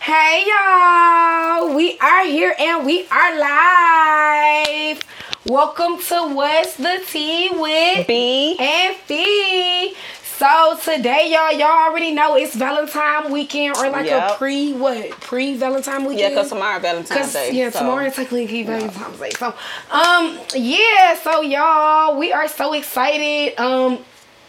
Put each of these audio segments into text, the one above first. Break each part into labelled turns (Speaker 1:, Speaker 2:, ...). Speaker 1: Hey y'all, we are here and we are live. Welcome to What's the Tea with
Speaker 2: B.
Speaker 1: and Fee. So today, y'all, y'all already know it's Valentine weekend or like a
Speaker 2: Yep.
Speaker 1: pre what pre Valentine weekend.
Speaker 2: Yeah, because tomorrow Valentine's
Speaker 1: Cause
Speaker 2: Day.
Speaker 1: yeah,
Speaker 2: so-
Speaker 1: tomorrow it's like Leaky Valentine's Day. So um yeah, so y'all, we are so excited. Um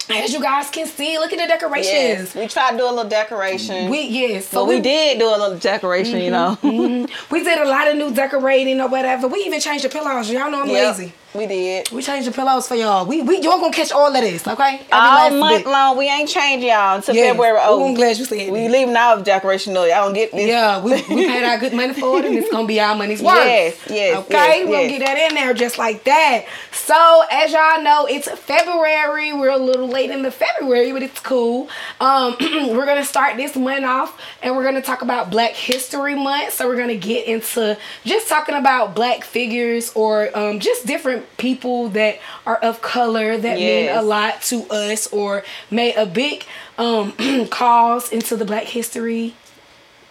Speaker 1: as you guys can see, look at the decorations.
Speaker 2: Yes, we tried to do a little decoration.
Speaker 1: We Mm-hmm. yes, so
Speaker 2: but we, did do a little decoration, you know.
Speaker 1: we did a lot of new decorating or whatever. We even changed the pillows. Y'all know I'm
Speaker 2: Yep,
Speaker 1: Mm-hmm. lazy.
Speaker 2: We did.
Speaker 1: We changed the pillows for y'all. We we y'all gonna catch all of this, okay? Every
Speaker 2: All
Speaker 1: last
Speaker 2: month
Speaker 1: bit.
Speaker 2: long, we ain't changed y'all until
Speaker 1: Yes.
Speaker 2: February.
Speaker 1: Ooh,
Speaker 2: Oh,
Speaker 1: I'm glad you said
Speaker 2: we
Speaker 1: that.
Speaker 2: leaving out of decoration though. Y'all don't get this.
Speaker 1: Yeah, we, we paid our good money for it, and it's gonna be our money's worth.
Speaker 2: Yes, yes,
Speaker 1: Okay,
Speaker 2: yes,
Speaker 1: we're gonna
Speaker 2: yes.
Speaker 1: get that in there just like that. So as y'all know, it's February. We're a little late in the February, but it's cool. Um, we're gonna start this month off, and we're gonna talk about Black History Month. So we're gonna get into just talking about Black figures or um, just different people that are of color that mean a
Speaker 2: Yes.
Speaker 1: lot to us or made a big um, cause into the Black History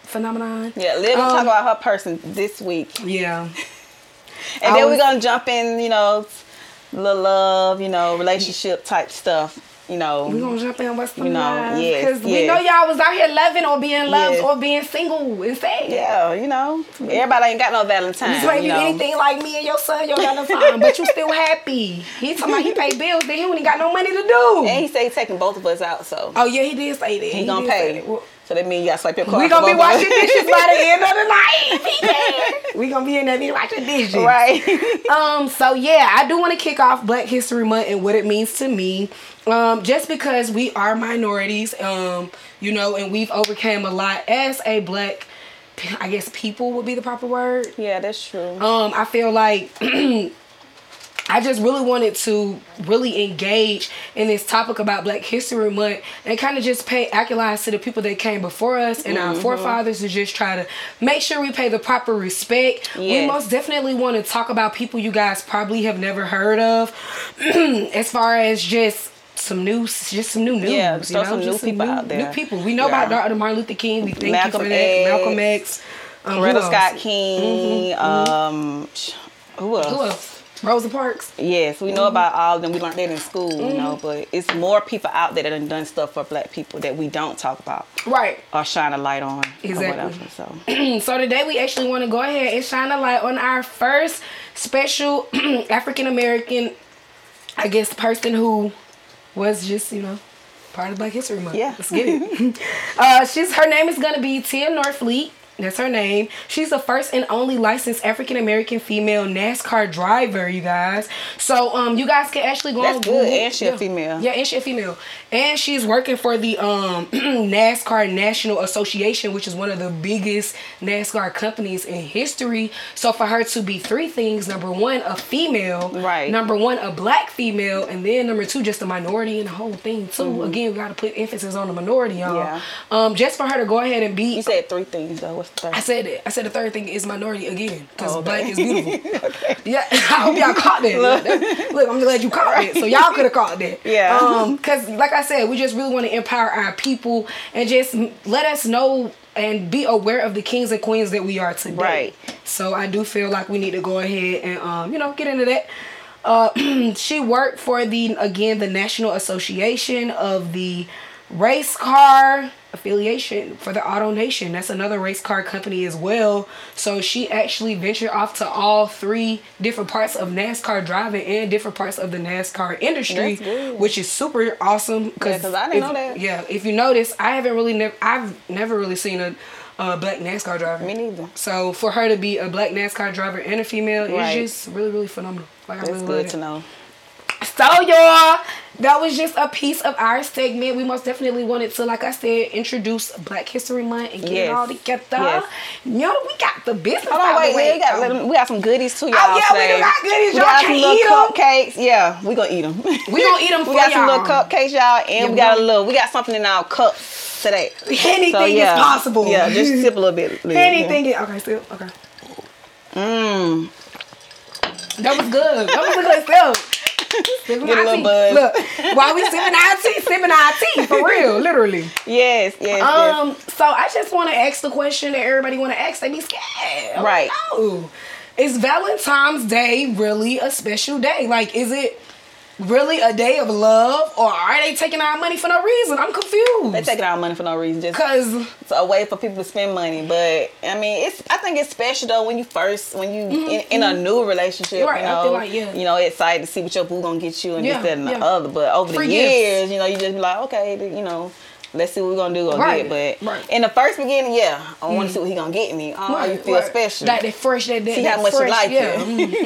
Speaker 1: phenomenon.
Speaker 2: Yeah, Liv gonna
Speaker 1: Um,
Speaker 2: talk about her person this week,
Speaker 1: Yeah.
Speaker 2: and
Speaker 1: I
Speaker 2: then
Speaker 1: was-
Speaker 2: we're gonna jump in, you know, little love, you know, relationship type stuff, you know.
Speaker 1: We're gonna jump in what's the
Speaker 2: You know,
Speaker 1: lies,
Speaker 2: yes,
Speaker 1: Cause we
Speaker 2: yes.
Speaker 1: know y'all was out here loving or being loved
Speaker 2: Yes.
Speaker 1: or being single and sad.
Speaker 2: yeah, you know, everybody ain't got no Valentine.
Speaker 1: You ain't
Speaker 2: you
Speaker 1: do
Speaker 2: know.
Speaker 1: anything like me and your son, y'all got no time, but you still happy. He talking about he pay bills, then he ain't got no money to do.
Speaker 2: And he said he's taking both of us out, so
Speaker 1: oh yeah, he did say that.
Speaker 2: he gonna
Speaker 1: did say
Speaker 2: pay.
Speaker 1: that. Well,
Speaker 2: So that means you gotta swipe your card.
Speaker 1: we
Speaker 2: for
Speaker 1: gonna be
Speaker 2: both of us.
Speaker 1: washing dishes by the end of the night. He said. we gonna be in there be washing dishes.
Speaker 2: right.
Speaker 1: um so yeah i do want to kick off black history month and what it means to me um just because we are minorities um you know and we've overcame a lot as a black i guess people would be the proper word
Speaker 2: yeah, that's true.
Speaker 1: um i feel like I just really wanted to really engage in this topic about Black History Month and kind of just pay accolades to the people that came before us and
Speaker 2: Mm-hmm.
Speaker 1: our forefathers to just try to make sure we pay the proper respect. We
Speaker 2: Yes.
Speaker 1: most definitely want to talk about people you guys probably have never heard of as far as just some news, just some new news.
Speaker 2: Yeah,
Speaker 1: you
Speaker 2: throw
Speaker 1: know,
Speaker 2: some
Speaker 1: just
Speaker 2: new people out there.
Speaker 1: New people. We know
Speaker 2: Yeah.
Speaker 1: about Dr. Martin Luther King. We thank
Speaker 2: Malcolm
Speaker 1: you for that.
Speaker 2: X.
Speaker 1: Malcolm X. Um,
Speaker 2: Loretta
Speaker 1: who
Speaker 2: Scott
Speaker 1: else?
Speaker 2: King. Um, sh- who else?
Speaker 1: Mm-hmm. Who else? Mm-hmm. Rosa Parks.
Speaker 2: Yes, we know about all of them. We learned that in school, you know.
Speaker 1: Mm-hmm.
Speaker 2: But it's more people out there that have done stuff for Black people that we don't talk about
Speaker 1: Right.
Speaker 2: or shine a light on
Speaker 1: Exactly.
Speaker 2: or whatever. So
Speaker 1: so today we actually want to go ahead and shine a light on our first special African American, I guess, person who was just you know part of Black History Month.
Speaker 2: Yeah.
Speaker 1: let's get it. uh, she's her name is gonna be Tia Norfleet. That's her name. She's the first and only licensed African American female NASCAR driver, you guys. So um, you guys can actually go
Speaker 2: That's
Speaker 1: on
Speaker 2: good.
Speaker 1: Google-
Speaker 2: And she a female.
Speaker 1: yeah, and she's a female. And she's working for the um, NASCAR National Association, which is one of the biggest NASCAR companies in history. So for her to be three things number one, a female.
Speaker 2: Right.
Speaker 1: Number one, a black female. And then number two, just a minority and the whole thing, too. Again, we got to put emphasis on the minority, y'all.
Speaker 2: Mm-hmm. Yeah.
Speaker 1: Um, just for her to go ahead and be
Speaker 2: you said three things though. What's the
Speaker 1: I
Speaker 2: third?
Speaker 1: said it. I said the third thing is minority again because
Speaker 2: Oh, okay.
Speaker 1: black is beautiful. Yeah, I hope y'all caught that. Look, that- look, I'm glad you caught that. So y'all could have caught that.
Speaker 2: Yeah.
Speaker 1: Um, because like I said, we just really want to empower our people and just m- let us know and be aware of the kings and queens that we are today.
Speaker 2: Right.
Speaker 1: So I do feel like we need to go ahead and um, you know, get into that. Uh, she worked for the again the National Association of the Race Car Affiliation for the Auto Nation. That's another race car company as well. So she actually ventured off to all three different parts of NASCAR driving and different parts of the NASCAR industry,
Speaker 2: That's good.
Speaker 1: which is super awesome.
Speaker 2: Yeah, 'cause I didn't
Speaker 1: if-
Speaker 2: know that.
Speaker 1: Yeah, if you notice, I haven't really never I've never really seen a, a black NASCAR driver.
Speaker 2: Me neither.
Speaker 1: So for her to be a black NASCAR driver and a female
Speaker 2: Right.
Speaker 1: is just really, really phenomenal. Like I
Speaker 2: That's
Speaker 1: really love
Speaker 2: good
Speaker 1: it.
Speaker 2: to know.
Speaker 1: So y'all, that was just a piece of our segment. We most definitely wanted to, like I said, introduce Black History Month and get it
Speaker 2: Yes.
Speaker 1: all together.
Speaker 2: Yes.
Speaker 1: You know, we got the business.
Speaker 2: Hold on,
Speaker 1: out the
Speaker 2: wait,
Speaker 1: way.
Speaker 2: wait. We got, little- we got some goodies too, y'all.
Speaker 1: Oh, yeah, we do
Speaker 2: today.
Speaker 1: got goodies.
Speaker 2: We
Speaker 1: Y'all
Speaker 2: got
Speaker 1: can
Speaker 2: some little
Speaker 1: eat
Speaker 2: cupcakes. Yeah, we gonna eat them.
Speaker 1: We gonna eat 'em for
Speaker 2: we got some
Speaker 1: y'all.
Speaker 2: little cupcakes, y'all, and
Speaker 1: Yeah,
Speaker 2: we got
Speaker 1: we-
Speaker 2: a little. We got something in our cups today.
Speaker 1: Anything
Speaker 2: So,
Speaker 1: is
Speaker 2: yeah.
Speaker 1: possible.
Speaker 2: Yeah, just sip a little bit. Liz, yeah.
Speaker 1: Anything. is- Okay, still okay.
Speaker 2: Mmm. Mm.
Speaker 1: That was good. That was a good stuff. sipping
Speaker 2: Get a
Speaker 1: our
Speaker 2: little
Speaker 1: tea.
Speaker 2: buzz.
Speaker 1: Look, while we sipping our tea, sipping our tea for real, literally.
Speaker 2: Yes, yes, yes.
Speaker 1: Um, so I just want to ask the question that everybody want to ask. They be scared,
Speaker 2: Right.
Speaker 1: No. Is Valentine's Day really a special day? Like, is it really a day of love, or are they taking our money for no reason? I'm
Speaker 2: They
Speaker 1: confused.
Speaker 2: taking our money for no reason. Just
Speaker 1: Cause
Speaker 2: it's a way for people to spend money. But I mean, it's I think it's special though when you first when you in, in a new relationship.
Speaker 1: Mm-hmm, Right,
Speaker 2: you
Speaker 1: I
Speaker 2: know,
Speaker 1: feel like, yeah.
Speaker 2: you know, excited to see what your boo gonna get you and
Speaker 1: Yeah,
Speaker 2: this that and
Speaker 1: yeah.
Speaker 2: the other. But over
Speaker 1: Free
Speaker 2: the
Speaker 1: gifts.
Speaker 2: years, you know, you just be like, okay, th- you know. Let's see what we're gonna do or
Speaker 1: Right,
Speaker 2: get. But
Speaker 1: right. Mm.
Speaker 2: in the first beginning, yeah, I want to see what he gonna get me. Oh, you feel
Speaker 1: right.
Speaker 2: special.
Speaker 1: That, that fresh, that, that
Speaker 2: See
Speaker 1: that
Speaker 2: how much you
Speaker 1: fresh, Mm-hmm.
Speaker 2: like
Speaker 1: yeah.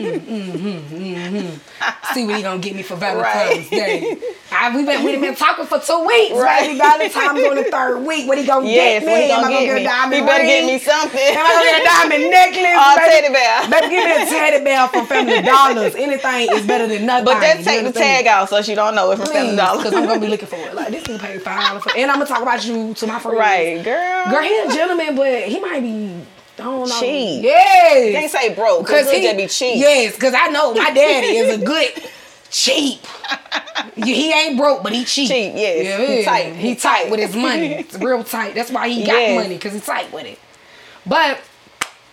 Speaker 2: it.
Speaker 1: see what he gonna get me for Valentine's
Speaker 2: Right.
Speaker 1: Day. I, we been we done been talking for two weeks,
Speaker 2: Right.
Speaker 1: right? By the time on the third week, what he gonna
Speaker 2: yes,
Speaker 1: get
Speaker 2: what
Speaker 1: me?
Speaker 2: he
Speaker 1: Am I gonna
Speaker 2: gonna
Speaker 1: get a
Speaker 2: get me.
Speaker 1: diamond
Speaker 2: He better get
Speaker 1: ring?
Speaker 2: me something.
Speaker 1: Am I gonna get a diamond necklace?
Speaker 2: Or a
Speaker 1: baby?
Speaker 2: teddy bear.
Speaker 1: Baby, give me a teddy bear for family dollars. Anything is better than nothing.
Speaker 2: But
Speaker 1: You
Speaker 2: just take the
Speaker 1: understand?
Speaker 2: tag out so she don't know if it's seven dollars.
Speaker 1: because I'm gonna be looking for it. Like this nigga paid five dollars for, and I'm gonna talk about you to my friends.
Speaker 2: right, girl.
Speaker 1: girl, he a gentleman, but he might be. I don't know.
Speaker 2: Cheap.
Speaker 1: Yes.
Speaker 2: Can't say broke because he just be cheap.
Speaker 1: Yes, because I know my daddy is a good cheap. Yeah, he ain't broke, but he cheap.
Speaker 2: Cheap, yes.
Speaker 1: Yeah,
Speaker 2: He
Speaker 1: yeah.
Speaker 2: tight.
Speaker 1: He tight with his money. It's real tight. That's why he got
Speaker 2: Yes.
Speaker 1: money because he tight with it. But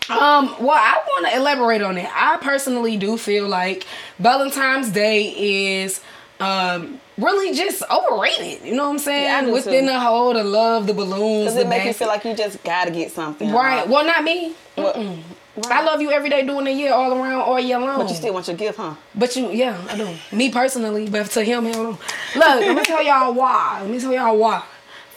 Speaker 1: um, well, I want to elaborate on it. I personally do feel like Valentine's Day is um really just overrated. You know what I'm saying?
Speaker 2: Yeah, I do
Speaker 1: Within
Speaker 2: too.
Speaker 1: the whole, the love, the balloons,
Speaker 2: Does
Speaker 1: the
Speaker 2: it make you
Speaker 1: basket.
Speaker 2: feel like you just gotta get something?
Speaker 1: Right. Well, not me.
Speaker 2: Well,
Speaker 1: I love you every day, doing the year, all around, all year long.
Speaker 2: But you still want your gift, huh?
Speaker 1: But you, yeah, I do. Me personally, but to him, hell no. Look, let me tell y'all why. Let me tell y'all why.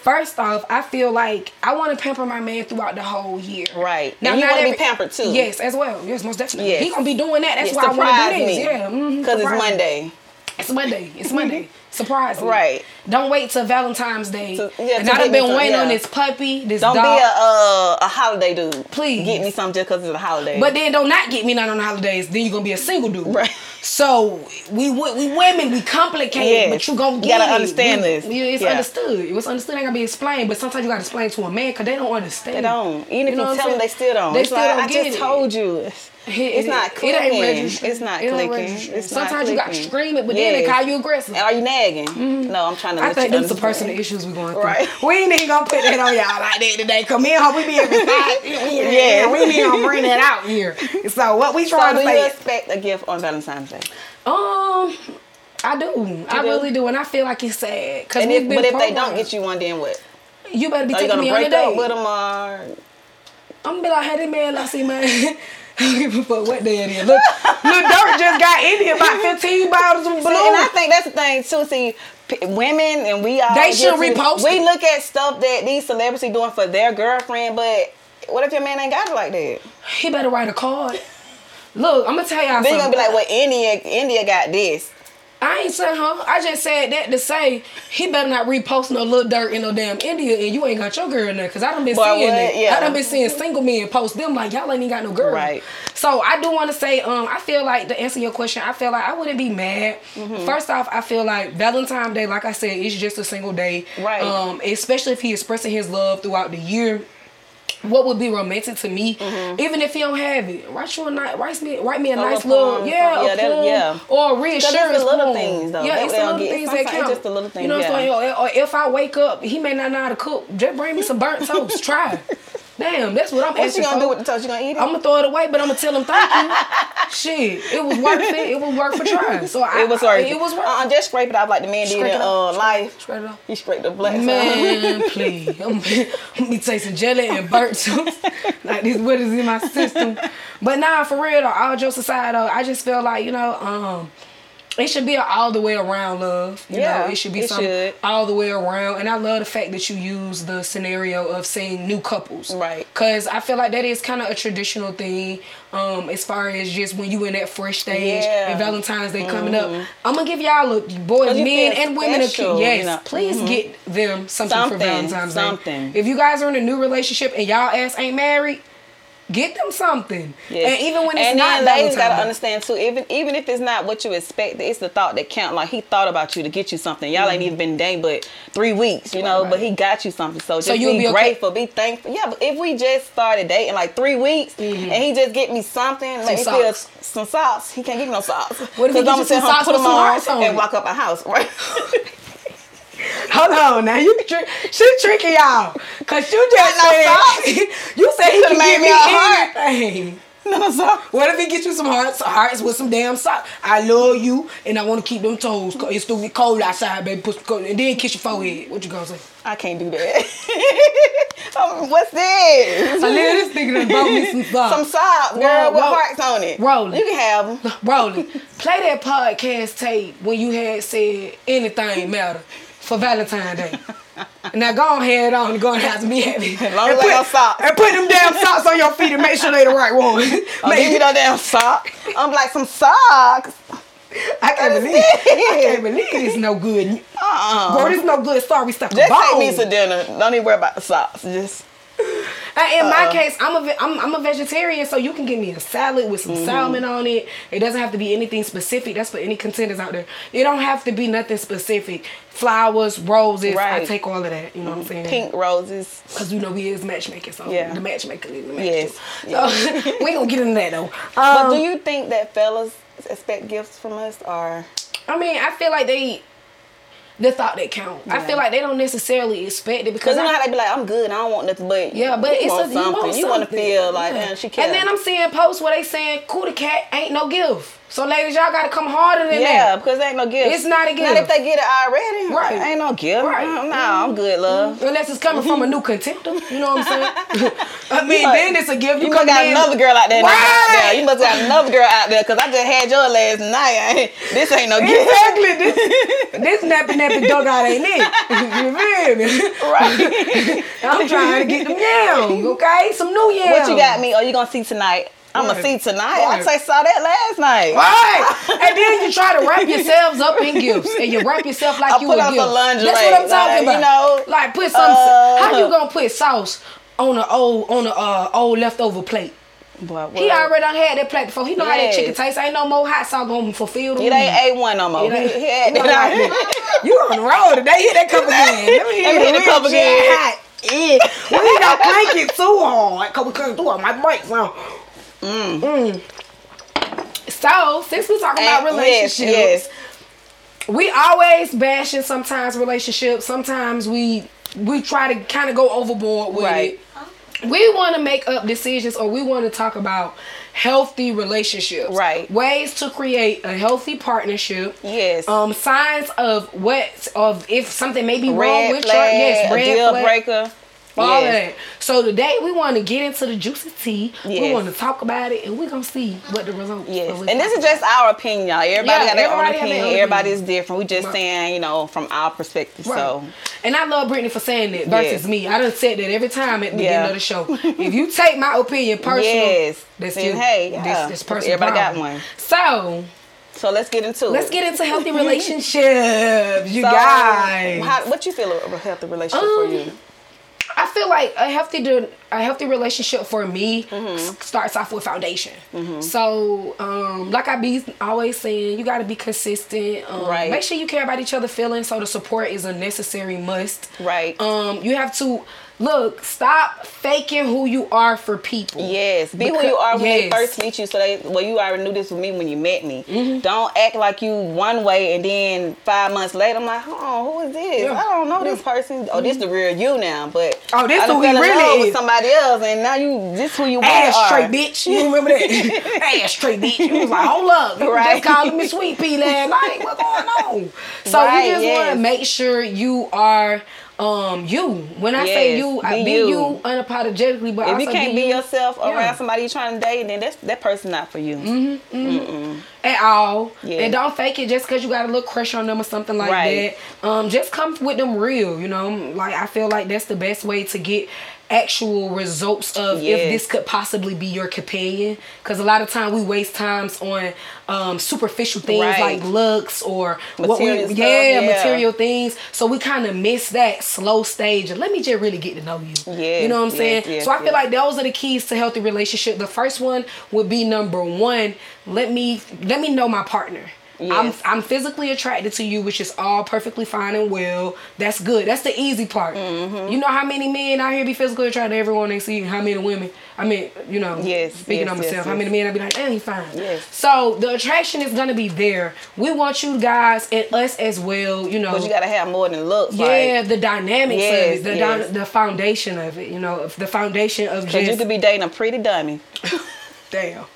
Speaker 1: First off, I feel like I want to pamper my man throughout the whole year.
Speaker 2: Right. And you
Speaker 1: not
Speaker 2: wanna be
Speaker 1: every-
Speaker 2: pampered, too.
Speaker 1: Yes, as well. Yes, most definitely.
Speaker 2: Yes.
Speaker 1: He gonna be doing that. That's
Speaker 2: It
Speaker 1: why I want to
Speaker 2: surprised
Speaker 1: do this.
Speaker 2: me.
Speaker 1: Yeah. mhm,
Speaker 2: Cause it's
Speaker 1: surprise me.
Speaker 2: Monday.
Speaker 1: It's Monday. It's Monday. Surprise me.
Speaker 2: Right.
Speaker 1: Don't wait till Valentine's Day.
Speaker 2: To- yeah,
Speaker 1: and
Speaker 2: to
Speaker 1: I done
Speaker 2: get me
Speaker 1: been
Speaker 2: some-
Speaker 1: waiting on
Speaker 2: yeah.
Speaker 1: this puppy, this
Speaker 2: Don't
Speaker 1: dog.
Speaker 2: be a uh, a holiday dude.
Speaker 1: Please.
Speaker 2: get me something just cause it's a holiday.
Speaker 1: But then don't not get me none on the holidays. Then you're gonna be a single dude.
Speaker 2: Right.
Speaker 1: So we wo- we women we complicate,
Speaker 2: Yes.
Speaker 1: but you gonna
Speaker 2: You
Speaker 1: get
Speaker 2: gotta
Speaker 1: it.
Speaker 2: understand
Speaker 1: We-
Speaker 2: this.
Speaker 1: yeah, It's
Speaker 2: Yeah.
Speaker 1: understood. It was understood. Ain't gotta be explained. But sometimes you gotta explain to a man because they don't understand.
Speaker 2: they don't. Even if
Speaker 1: know what
Speaker 2: you
Speaker 1: I'm
Speaker 2: tell
Speaker 1: saying?
Speaker 2: them, they still don't.
Speaker 1: They
Speaker 2: It's
Speaker 1: still
Speaker 2: like,
Speaker 1: don't
Speaker 2: I
Speaker 1: get
Speaker 2: just
Speaker 1: it.
Speaker 2: told you. It's,
Speaker 1: It-
Speaker 2: it's
Speaker 1: it-
Speaker 2: not clicking.
Speaker 1: It ain't registering.
Speaker 2: It's not
Speaker 1: It ain't
Speaker 2: clicking.
Speaker 1: registering.
Speaker 2: It's not
Speaker 1: sometimes you gotta
Speaker 2: clicking.
Speaker 1: scream it, but then they
Speaker 2: Yes.
Speaker 1: call you aggressive.
Speaker 2: And are you nagging? No, I'm trying to.
Speaker 1: I
Speaker 2: let
Speaker 1: think
Speaker 2: you
Speaker 1: them's the
Speaker 2: understand.
Speaker 1: personal issues we going through.
Speaker 2: Right.
Speaker 1: We ain't even gonna put that on y'all like that today. Come in, we be every five. Yeah,
Speaker 2: Yes.
Speaker 1: we ain't even gonna bring that out here. So what we
Speaker 2: So
Speaker 1: trying
Speaker 2: do
Speaker 1: to say
Speaker 2: you
Speaker 1: is-
Speaker 2: expect a gift on Valentine's Day?
Speaker 1: Um, I do. I
Speaker 2: do?
Speaker 1: really do, and I feel like it's sad. Cause
Speaker 2: And
Speaker 1: we've
Speaker 2: if,
Speaker 1: been
Speaker 2: but if they
Speaker 1: programmed.
Speaker 2: don't get you one, then what?
Speaker 1: you better be
Speaker 2: Are
Speaker 1: taking
Speaker 2: you gonna
Speaker 1: me on a
Speaker 2: break
Speaker 1: date.
Speaker 2: up with them or?
Speaker 1: I'm gonna be like, hey, that man, I see man. I don't give a fuck what day it is. Look, Lil Durk just got in here about 15 bottles of
Speaker 2: See, and I
Speaker 1: blue.
Speaker 2: think that's the thing too. See, p- women and we all
Speaker 1: They
Speaker 2: get
Speaker 1: should
Speaker 2: to-
Speaker 1: repost
Speaker 2: We
Speaker 1: it.
Speaker 2: look at stuff that these celebrities doing for their girlfriend, but what if your man ain't got it like that?
Speaker 1: He better write a card. Look, I'm gonna tell y'all
Speaker 2: Then
Speaker 1: something.
Speaker 2: you gonna be like, well, India, India got this.
Speaker 1: I ain't saying huh. I just said that to say he better not repost no little dirt in no damn India, and you ain't got your girl in there. Cause I done been
Speaker 2: Boy,
Speaker 1: seeing
Speaker 2: what?
Speaker 1: it.
Speaker 2: Yeah.
Speaker 1: I done been seeing single men post them like y'all ain't even got no girl.
Speaker 2: Right.
Speaker 1: So I do want to say, um, I feel like to answer your question, I feel like I wouldn't be mad.
Speaker 2: Mm-hmm.
Speaker 1: First off, I feel like Valentine's Day, like I said, is just a single day.
Speaker 2: Right.
Speaker 1: Um, especially if he expressing his love throughout the year what would be romantic to me,
Speaker 2: Mm-hmm.
Speaker 1: even if he don't have it. Write you a nice, write me, write me a
Speaker 2: little
Speaker 1: nice little,
Speaker 2: Oh, poem,
Speaker 1: yeah,
Speaker 2: yeah,
Speaker 1: a
Speaker 2: that-
Speaker 1: poem,
Speaker 2: yeah.
Speaker 1: or a
Speaker 2: it's the
Speaker 1: reassurance
Speaker 2: little
Speaker 1: poem.
Speaker 2: things, though.
Speaker 1: Yeah,
Speaker 2: That
Speaker 1: it's
Speaker 2: they
Speaker 1: the
Speaker 2: don't
Speaker 1: little
Speaker 2: get-
Speaker 1: things that
Speaker 2: sometimes it's
Speaker 1: count.
Speaker 2: just the little
Speaker 1: You know what
Speaker 2: things,
Speaker 1: I'm saying? Or, or if I wake up, he may not know how to cook. Just bring me some burnt toast. Try. it. Damn, that's what I'm
Speaker 2: What
Speaker 1: asking
Speaker 2: you gonna
Speaker 1: for.
Speaker 2: do with the toast? You gonna eat it?
Speaker 1: I'm gonna throw it away, but I'm gonna tell him thank you. Shit, it was worth it. It was worth a try. So I,
Speaker 2: it was worth.
Speaker 1: It was worth.
Speaker 2: Uh, just scrape it off like the man did
Speaker 1: Scrape
Speaker 2: in
Speaker 1: it off.
Speaker 2: uh, life.
Speaker 1: Straight up.
Speaker 2: He scraped the black.
Speaker 1: Man, please. I'm, I'm be tasting jelly and burnt toast. like this, what is in my system? But nah, for real though, all jokes aside though, I just feel like you know, um, it should be a all the way around love. You
Speaker 2: Yeah,
Speaker 1: know, it should be
Speaker 2: it
Speaker 1: something
Speaker 2: should.
Speaker 1: all the way around. And I love the fact that you use the scenario of seeing new couples,
Speaker 2: Right.
Speaker 1: Because I feel like that is kind of a traditional thing, um, as far as just when you in that fresh stage
Speaker 2: Yeah. Mm-hmm.
Speaker 1: and Valentine's Day coming up. I'm gonna give y'all a boys,
Speaker 2: Cause you
Speaker 1: men
Speaker 2: feel
Speaker 1: and women, a
Speaker 2: special,
Speaker 1: yes,
Speaker 2: you know.
Speaker 1: please get them something something, for
Speaker 2: Mm-hmm. Something,
Speaker 1: Valentine's
Speaker 2: something.
Speaker 1: Day. If you guys are in a new relationship and y'all ass ain't married, get them something.
Speaker 2: Yes.
Speaker 1: And even when it's
Speaker 2: and
Speaker 1: not
Speaker 2: then ladies
Speaker 1: Valentine's
Speaker 2: gotta
Speaker 1: Day.
Speaker 2: understand too. Even even if it's not what you expected, it's the thought that count. Like he thought about you to get you something. Y'all ain't even been dating but three weeks, you
Speaker 1: Mm-hmm.
Speaker 2: know.
Speaker 1: Right,
Speaker 2: But
Speaker 1: right.
Speaker 2: he got you something. So just
Speaker 1: you'll
Speaker 2: be,
Speaker 1: be okay-
Speaker 2: grateful, be thankful. Yeah. But if we just started dating like three weeks and he just get me something, make me feel
Speaker 1: Mm-hmm. socks.
Speaker 2: some socks. He can't give me no socks.
Speaker 1: What if he
Speaker 2: Because
Speaker 1: get
Speaker 2: I'ma
Speaker 1: you
Speaker 2: sit
Speaker 1: some
Speaker 2: home,
Speaker 1: socks
Speaker 2: put
Speaker 1: with
Speaker 2: them
Speaker 1: some
Speaker 2: on,
Speaker 1: hearts on it?
Speaker 2: and walk up a house, right?
Speaker 1: Hold on now, you trick. She tricking y'all, cause you just
Speaker 2: Got no
Speaker 1: said you said he
Speaker 2: Shoulda
Speaker 1: can
Speaker 2: made
Speaker 1: give
Speaker 2: me
Speaker 1: me
Speaker 2: a heart.
Speaker 1: anything.
Speaker 2: no socks.
Speaker 1: What if he get you some hearts, hearts with some damn socks? I love you, and I want to keep them toes. 'cause It's stupid cold outside, baby. Put some cold, and then kiss your forehead. What you gonna say?
Speaker 2: I can't do that. Um, what's this?
Speaker 1: I love this nigga that bought me some socks.
Speaker 2: Some socks, girl,
Speaker 1: Roll-
Speaker 2: with
Speaker 1: roll-
Speaker 2: hearts on it.
Speaker 1: roll it.
Speaker 2: You can have them.
Speaker 1: Rolling, play that podcast tape when you had said anything matter for Valentine's Day. Now go on head on and go and have to be happy.
Speaker 2: long as
Speaker 1: and,
Speaker 2: I got socks.
Speaker 1: and put them damn socks on your feet and make sure they the right one.
Speaker 2: Oh, give me
Speaker 1: Make-
Speaker 2: no damn sock. I'm like some socks.
Speaker 1: I can't believe I can't believe this no good.
Speaker 2: Uh-uh.
Speaker 1: Girl, this no good sorry stuff.
Speaker 2: Just
Speaker 1: Bone.
Speaker 2: take me to dinner. Don't even worry about the socks. Just
Speaker 1: And Uh, in my case, I'm a ve- I'm, I'm a vegetarian, so you can give me a salad with some
Speaker 2: Mm-hmm.
Speaker 1: salmon on it. It doesn't have to be anything specific. That's for any contenders out there. It don't have to be nothing specific. Flowers, roses. I
Speaker 2: Right. Mm-hmm.
Speaker 1: take all of that. You know what I'm saying?
Speaker 2: pink roses.
Speaker 1: Cause you know we is matchmaking, so
Speaker 2: Yeah.
Speaker 1: the matchmaker is the
Speaker 2: Yes.
Speaker 1: matchmaker. So we gonna get into that though. Um,
Speaker 2: but do you think that fellas expect gifts from us or
Speaker 1: I mean, I feel like they the thought that count. I feel
Speaker 2: Yeah.
Speaker 1: like they don't necessarily expect it because
Speaker 2: because you
Speaker 1: I-
Speaker 2: know how they be like, I'm good, I don't want nothing, but
Speaker 1: Yeah, but
Speaker 2: you
Speaker 1: it's
Speaker 2: want
Speaker 1: a,
Speaker 2: something.
Speaker 1: You want,
Speaker 2: wanna
Speaker 1: something.
Speaker 2: feel like
Speaker 1: Yeah.
Speaker 2: man, she cares.
Speaker 1: And then I'm seeing posts where they saying "Cootie Cat ain't no gift." So ladies, y'all gotta come harder than
Speaker 2: yeah,
Speaker 1: that.
Speaker 2: because there ain't no gift.
Speaker 1: It's not a
Speaker 2: Not if
Speaker 1: gift.
Speaker 2: they get it already.
Speaker 1: Right.
Speaker 2: Ain't no gift.
Speaker 1: Right. Mm-hmm.
Speaker 2: No, I'm good, love.
Speaker 1: Unless it's coming from a new contender, you know what I'm saying? I mean,
Speaker 2: must-
Speaker 1: then it's a gift.
Speaker 2: You,
Speaker 1: come
Speaker 2: must got
Speaker 1: in-
Speaker 2: another girl out there,
Speaker 1: Right.
Speaker 2: out there. You must got another girl out there because I just had your last night. I ain't- this ain't no gift.
Speaker 1: Exactly. This, this nappy nappy dog out ain't it. You feel me?
Speaker 2: Right.
Speaker 1: I'm trying to get them down, okay? Some new year.
Speaker 2: What you got me? Are you gonna see tonight? I'm gonna
Speaker 1: Right.
Speaker 2: see tonight.
Speaker 1: Right.
Speaker 2: I say saw that last night.
Speaker 1: Right. and then you try to wrap yourselves up in gifts, and you wrap yourself like
Speaker 2: I
Speaker 1: you
Speaker 2: put
Speaker 1: a
Speaker 2: on some
Speaker 1: gift.
Speaker 2: lingerie,
Speaker 1: That's what I'm talking about.
Speaker 2: like, you know,
Speaker 1: like put some.
Speaker 2: uh,
Speaker 1: how you gonna put sauce on a old on a uh, old leftover plate?
Speaker 2: Boy,
Speaker 1: He
Speaker 2: well,
Speaker 1: already done had that plate before. He know how that
Speaker 2: Yes.
Speaker 1: chicken tastes. Ain't no more hot sauce gonna fulfill the
Speaker 2: It ain't A1 no more.
Speaker 1: Mm-hmm. It ain't-
Speaker 2: He- he had-
Speaker 1: You on the road today? Hit that cup again. Let me
Speaker 2: Let me
Speaker 1: hit
Speaker 2: hit
Speaker 1: the
Speaker 2: the cup
Speaker 1: cup
Speaker 2: again.
Speaker 1: Hot. Yeah. We don't crank it too hard. Cause we couldn't do it. My mic sound. Mm. So since we're talking about
Speaker 2: And- Eh, yes,
Speaker 1: relationships, we always bashing sometimes relationships. Sometimes we we try to kind of go overboard with
Speaker 2: Right.
Speaker 1: it. We want to make up decisions or we want to talk about healthy relationships.
Speaker 2: Right.
Speaker 1: Ways to create a healthy partnership.
Speaker 2: Yes.
Speaker 1: Um, signs of what of if something may be wrong
Speaker 2: red
Speaker 1: with
Speaker 2: flag,
Speaker 1: your yes,
Speaker 2: a
Speaker 1: red
Speaker 2: deal
Speaker 1: flag,
Speaker 2: breaker.
Speaker 1: all
Speaker 2: Yes.
Speaker 1: that. So today we want to get into the juicy tea. We
Speaker 2: Yes.
Speaker 1: want to talk about it and we're gonna see what the results.
Speaker 2: Yes,
Speaker 1: of
Speaker 2: and this is just our opinion, y'all. Everybody
Speaker 1: Yeah,
Speaker 2: got their own
Speaker 1: everybody have their
Speaker 2: opinion.
Speaker 1: own
Speaker 2: Everybody is
Speaker 1: opinion.
Speaker 2: different. We just
Speaker 1: Right.
Speaker 2: saying, you know, from our perspective.
Speaker 1: Right.
Speaker 2: So
Speaker 1: And I love Brittany for saying that versus
Speaker 2: Yes.
Speaker 1: me. I done said that every time at the beginning
Speaker 2: Yeah.
Speaker 1: of the show. If you take my opinion personal,
Speaker 2: Yes.
Speaker 1: that's
Speaker 2: Then
Speaker 1: you.
Speaker 2: hey, yeah.
Speaker 1: that's, that's personal.
Speaker 2: Everybody got
Speaker 1: problem.
Speaker 2: one.
Speaker 1: So
Speaker 2: so let's get into
Speaker 1: let's
Speaker 2: it.
Speaker 1: get into healthy relationships, you
Speaker 2: So,
Speaker 1: guys.
Speaker 2: How, what you feel about a healthy relationship
Speaker 1: Um,
Speaker 2: for you?
Speaker 1: I feel like a healthy de- a healthy relationship for me
Speaker 2: Mm-hmm.
Speaker 1: s- starts off with foundation. So, um, like I be always saying, you got to be consistent. Um,
Speaker 2: Right.
Speaker 1: Make sure you care about each other' feelings. So the support is a necessary must.
Speaker 2: Right.
Speaker 1: Um, you have to look. Stop faking who you are for people.
Speaker 2: Yes, be
Speaker 1: Becau-
Speaker 2: who you are when they
Speaker 1: yes.
Speaker 2: first meet you. So they, well, you already knew this with me when you met me.
Speaker 1: Mm-hmm.
Speaker 2: Don't act like you one way and then five months later, I'm like, oh, who is this?
Speaker 1: Yeah.
Speaker 2: I don't know
Speaker 1: Yeah. Mm-hmm.
Speaker 2: this person. Oh, this the real you now. But
Speaker 1: Oh, this
Speaker 2: I done
Speaker 1: who he
Speaker 2: fell in
Speaker 1: really
Speaker 2: love with
Speaker 1: is.
Speaker 2: somebody else, and now you this who you
Speaker 1: Ass
Speaker 2: want
Speaker 1: straight
Speaker 2: are.
Speaker 1: bitch, you remember that? Ass straight bitch. You was like, hold up, you
Speaker 2: Right.
Speaker 1: just calling me sweet pea last night. What's going on? So
Speaker 2: Right,
Speaker 1: you just
Speaker 2: yes.
Speaker 1: want to make sure you are um you. When I say
Speaker 2: Yes,
Speaker 1: you, I
Speaker 2: be
Speaker 1: be you,
Speaker 2: you.
Speaker 1: unapologetically, but
Speaker 2: If
Speaker 1: also
Speaker 2: you can't be yourself
Speaker 1: Yeah. Mm-hmm.
Speaker 2: around somebody you're trying to date, then that's that person not for you.
Speaker 1: at all.
Speaker 2: Yeah.
Speaker 1: And don't fake it just because you got a little crush on them or something like
Speaker 2: Right.
Speaker 1: that. Um, just come with them real, you know. Like I feel like that's the best way to get actual results of if
Speaker 2: Yes.
Speaker 1: this could possibly be your companion. Because a lot of time we waste times on um, superficial things
Speaker 2: Right.
Speaker 1: like looks or
Speaker 2: Material
Speaker 1: what we,
Speaker 2: stuff,
Speaker 1: yeah,
Speaker 2: yeah.
Speaker 1: material things. So we kind of miss that slow stage. of, Let me just really get to know you.
Speaker 2: Yes,
Speaker 1: you know what I'm
Speaker 2: yes,
Speaker 1: saying.
Speaker 2: yes,
Speaker 1: so I feel
Speaker 2: yes.
Speaker 1: like like those are the keys to healthy relationship. The first one would be number one. Let me let me know my partner. I'm
Speaker 2: Yes.
Speaker 1: I'm physically attracted to you, which is all perfectly fine and well. That's good. That's the easy part.
Speaker 2: Mm-hmm.
Speaker 1: You know how many men out here be physically attracted to everyone they see? How many women? I mean, you know.
Speaker 2: Yes,
Speaker 1: Speaking
Speaker 2: yes,
Speaker 1: on
Speaker 2: yes,
Speaker 1: myself, how
Speaker 2: yes.
Speaker 1: many men I be like, that ain't fine.
Speaker 2: Yes.
Speaker 1: So the attraction is gonna be there. We want you guys and us as well. You know.
Speaker 2: But you gotta have more than looks.
Speaker 1: yeah, the dynamics
Speaker 2: Yes,
Speaker 1: of it, the,
Speaker 2: yes.
Speaker 1: dy- the foundation of it, you know, the foundation of
Speaker 2: Because
Speaker 1: just
Speaker 2: you could be dating a pretty dummy.
Speaker 1: Damn.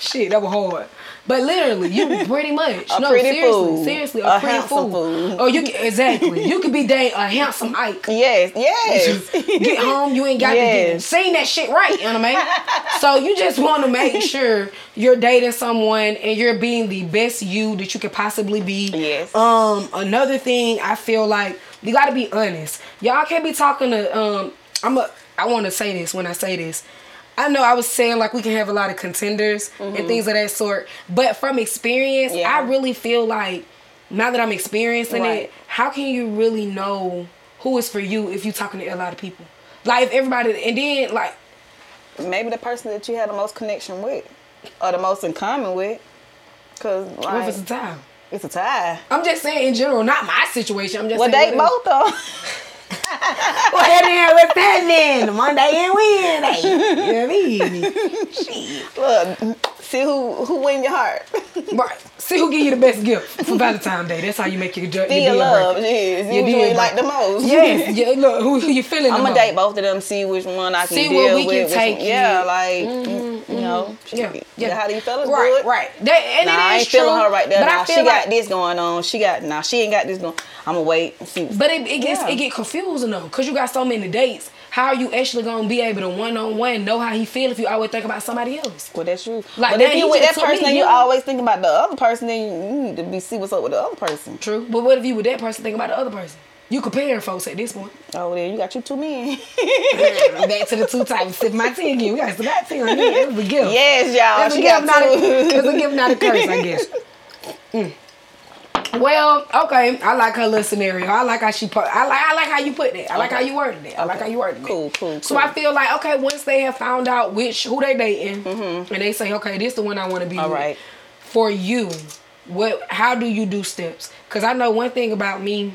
Speaker 1: Shit, that was hard. But literally, you pretty much.
Speaker 2: A
Speaker 1: no,
Speaker 2: pretty
Speaker 1: seriously,
Speaker 2: fool.
Speaker 1: seriously, a,
Speaker 2: A
Speaker 1: pretty
Speaker 2: handsome
Speaker 1: fool.
Speaker 2: fool.
Speaker 1: Oh, you can, exactly. You could be dating a handsome Ike.
Speaker 2: Yes, yes.
Speaker 1: get home, you ain't got to get
Speaker 2: Yes.
Speaker 1: sing that shit right, anime. so you just want to make sure you're dating someone and you're being the best you that you could possibly be.
Speaker 2: Yes.
Speaker 1: Um, another thing I feel like you got to be honest. Y'all can't be talking to um. I'm a. I want to say this when I say this. I know I was saying like we can have a lot of contenders and things of that sort, but from experience,
Speaker 2: Mm-hmm.
Speaker 1: I
Speaker 2: Yeah.
Speaker 1: really feel like now that I'm experiencing
Speaker 2: Right.
Speaker 1: it, how can you really know who is for you if you're talking to a lot of people? Like if everybody and then like
Speaker 2: Maybe the person that you had the most connection with, or the most in common with. Cause
Speaker 1: what if
Speaker 2: like,
Speaker 1: it's a time?
Speaker 2: it's a tie.
Speaker 1: I'm just saying in general, not my situation. I'm just
Speaker 2: Well,
Speaker 1: saying
Speaker 2: date
Speaker 1: what if-
Speaker 2: both though.
Speaker 1: Well, that ain't with that then Monday and Wednesday. You know what I mean?
Speaker 2: Look, see who who win your heart.
Speaker 1: Right. See who give you the best gift for Valentine's Day. That's how you make your judge.
Speaker 2: Be your love. Yes,
Speaker 1: Your
Speaker 2: you usually
Speaker 1: deal
Speaker 2: like the most.
Speaker 1: Yes. Yeah, look, who, who you feeling?
Speaker 2: I'm
Speaker 1: the most?
Speaker 2: gonna date both of them. See which one I can
Speaker 1: Uh-huh. See
Speaker 2: deal
Speaker 1: where we
Speaker 2: with.
Speaker 1: can
Speaker 2: which one-
Speaker 1: take it.
Speaker 2: yeah, like you know,
Speaker 1: Yeah, yeah.
Speaker 2: How do you feel? It's
Speaker 1: Right,
Speaker 2: good.
Speaker 1: right. That, and
Speaker 2: Nah,
Speaker 1: it
Speaker 2: I
Speaker 1: is
Speaker 2: ain't feeling
Speaker 1: true,
Speaker 2: her right there.
Speaker 1: But
Speaker 2: nah,
Speaker 1: I feel
Speaker 2: she
Speaker 1: like,
Speaker 2: got this going on. She got nah. She ain't got this going. I'm gonna wait and see.
Speaker 1: But it, it gets
Speaker 2: Yeah.
Speaker 1: it get confusing though, cause you got so many dates. How are you actually gonna be able to one on one know how he feel if you always think about somebody else?
Speaker 2: Well, that's true.
Speaker 1: Like,
Speaker 2: but
Speaker 1: damn,
Speaker 2: if
Speaker 1: he
Speaker 2: you with
Speaker 1: just
Speaker 2: that
Speaker 1: took me,
Speaker 2: person and you
Speaker 1: yeah.
Speaker 2: always think about the other person, then you, you need to be see what's up with the other person.
Speaker 1: True. But what if you with that person think about the other person? You comparing folks at this point.
Speaker 2: Oh, there you got your two men.
Speaker 1: Back to the two types. Sip my tea again. We got to sip my tea on here. It was a gift.
Speaker 2: yes, y'all.
Speaker 1: That's a
Speaker 2: She
Speaker 1: gift,
Speaker 2: got
Speaker 1: not a,
Speaker 2: two.
Speaker 1: it's a gift, not a curse, I guess. Mm. Well, okay. I like her little scenario. I like how she put. I like. I like how you put it. I like
Speaker 2: Okay.
Speaker 1: how you worded it. I like how you worded it.
Speaker 2: Cool, cool,
Speaker 1: So I
Speaker 2: cool.
Speaker 1: feel like okay. Once they have found out which who they dating, and they say, okay, this the one I want to be.
Speaker 2: Mm-hmm. All
Speaker 1: with.
Speaker 2: right.
Speaker 1: For you, what? How do you do steps? Because I know one thing about me.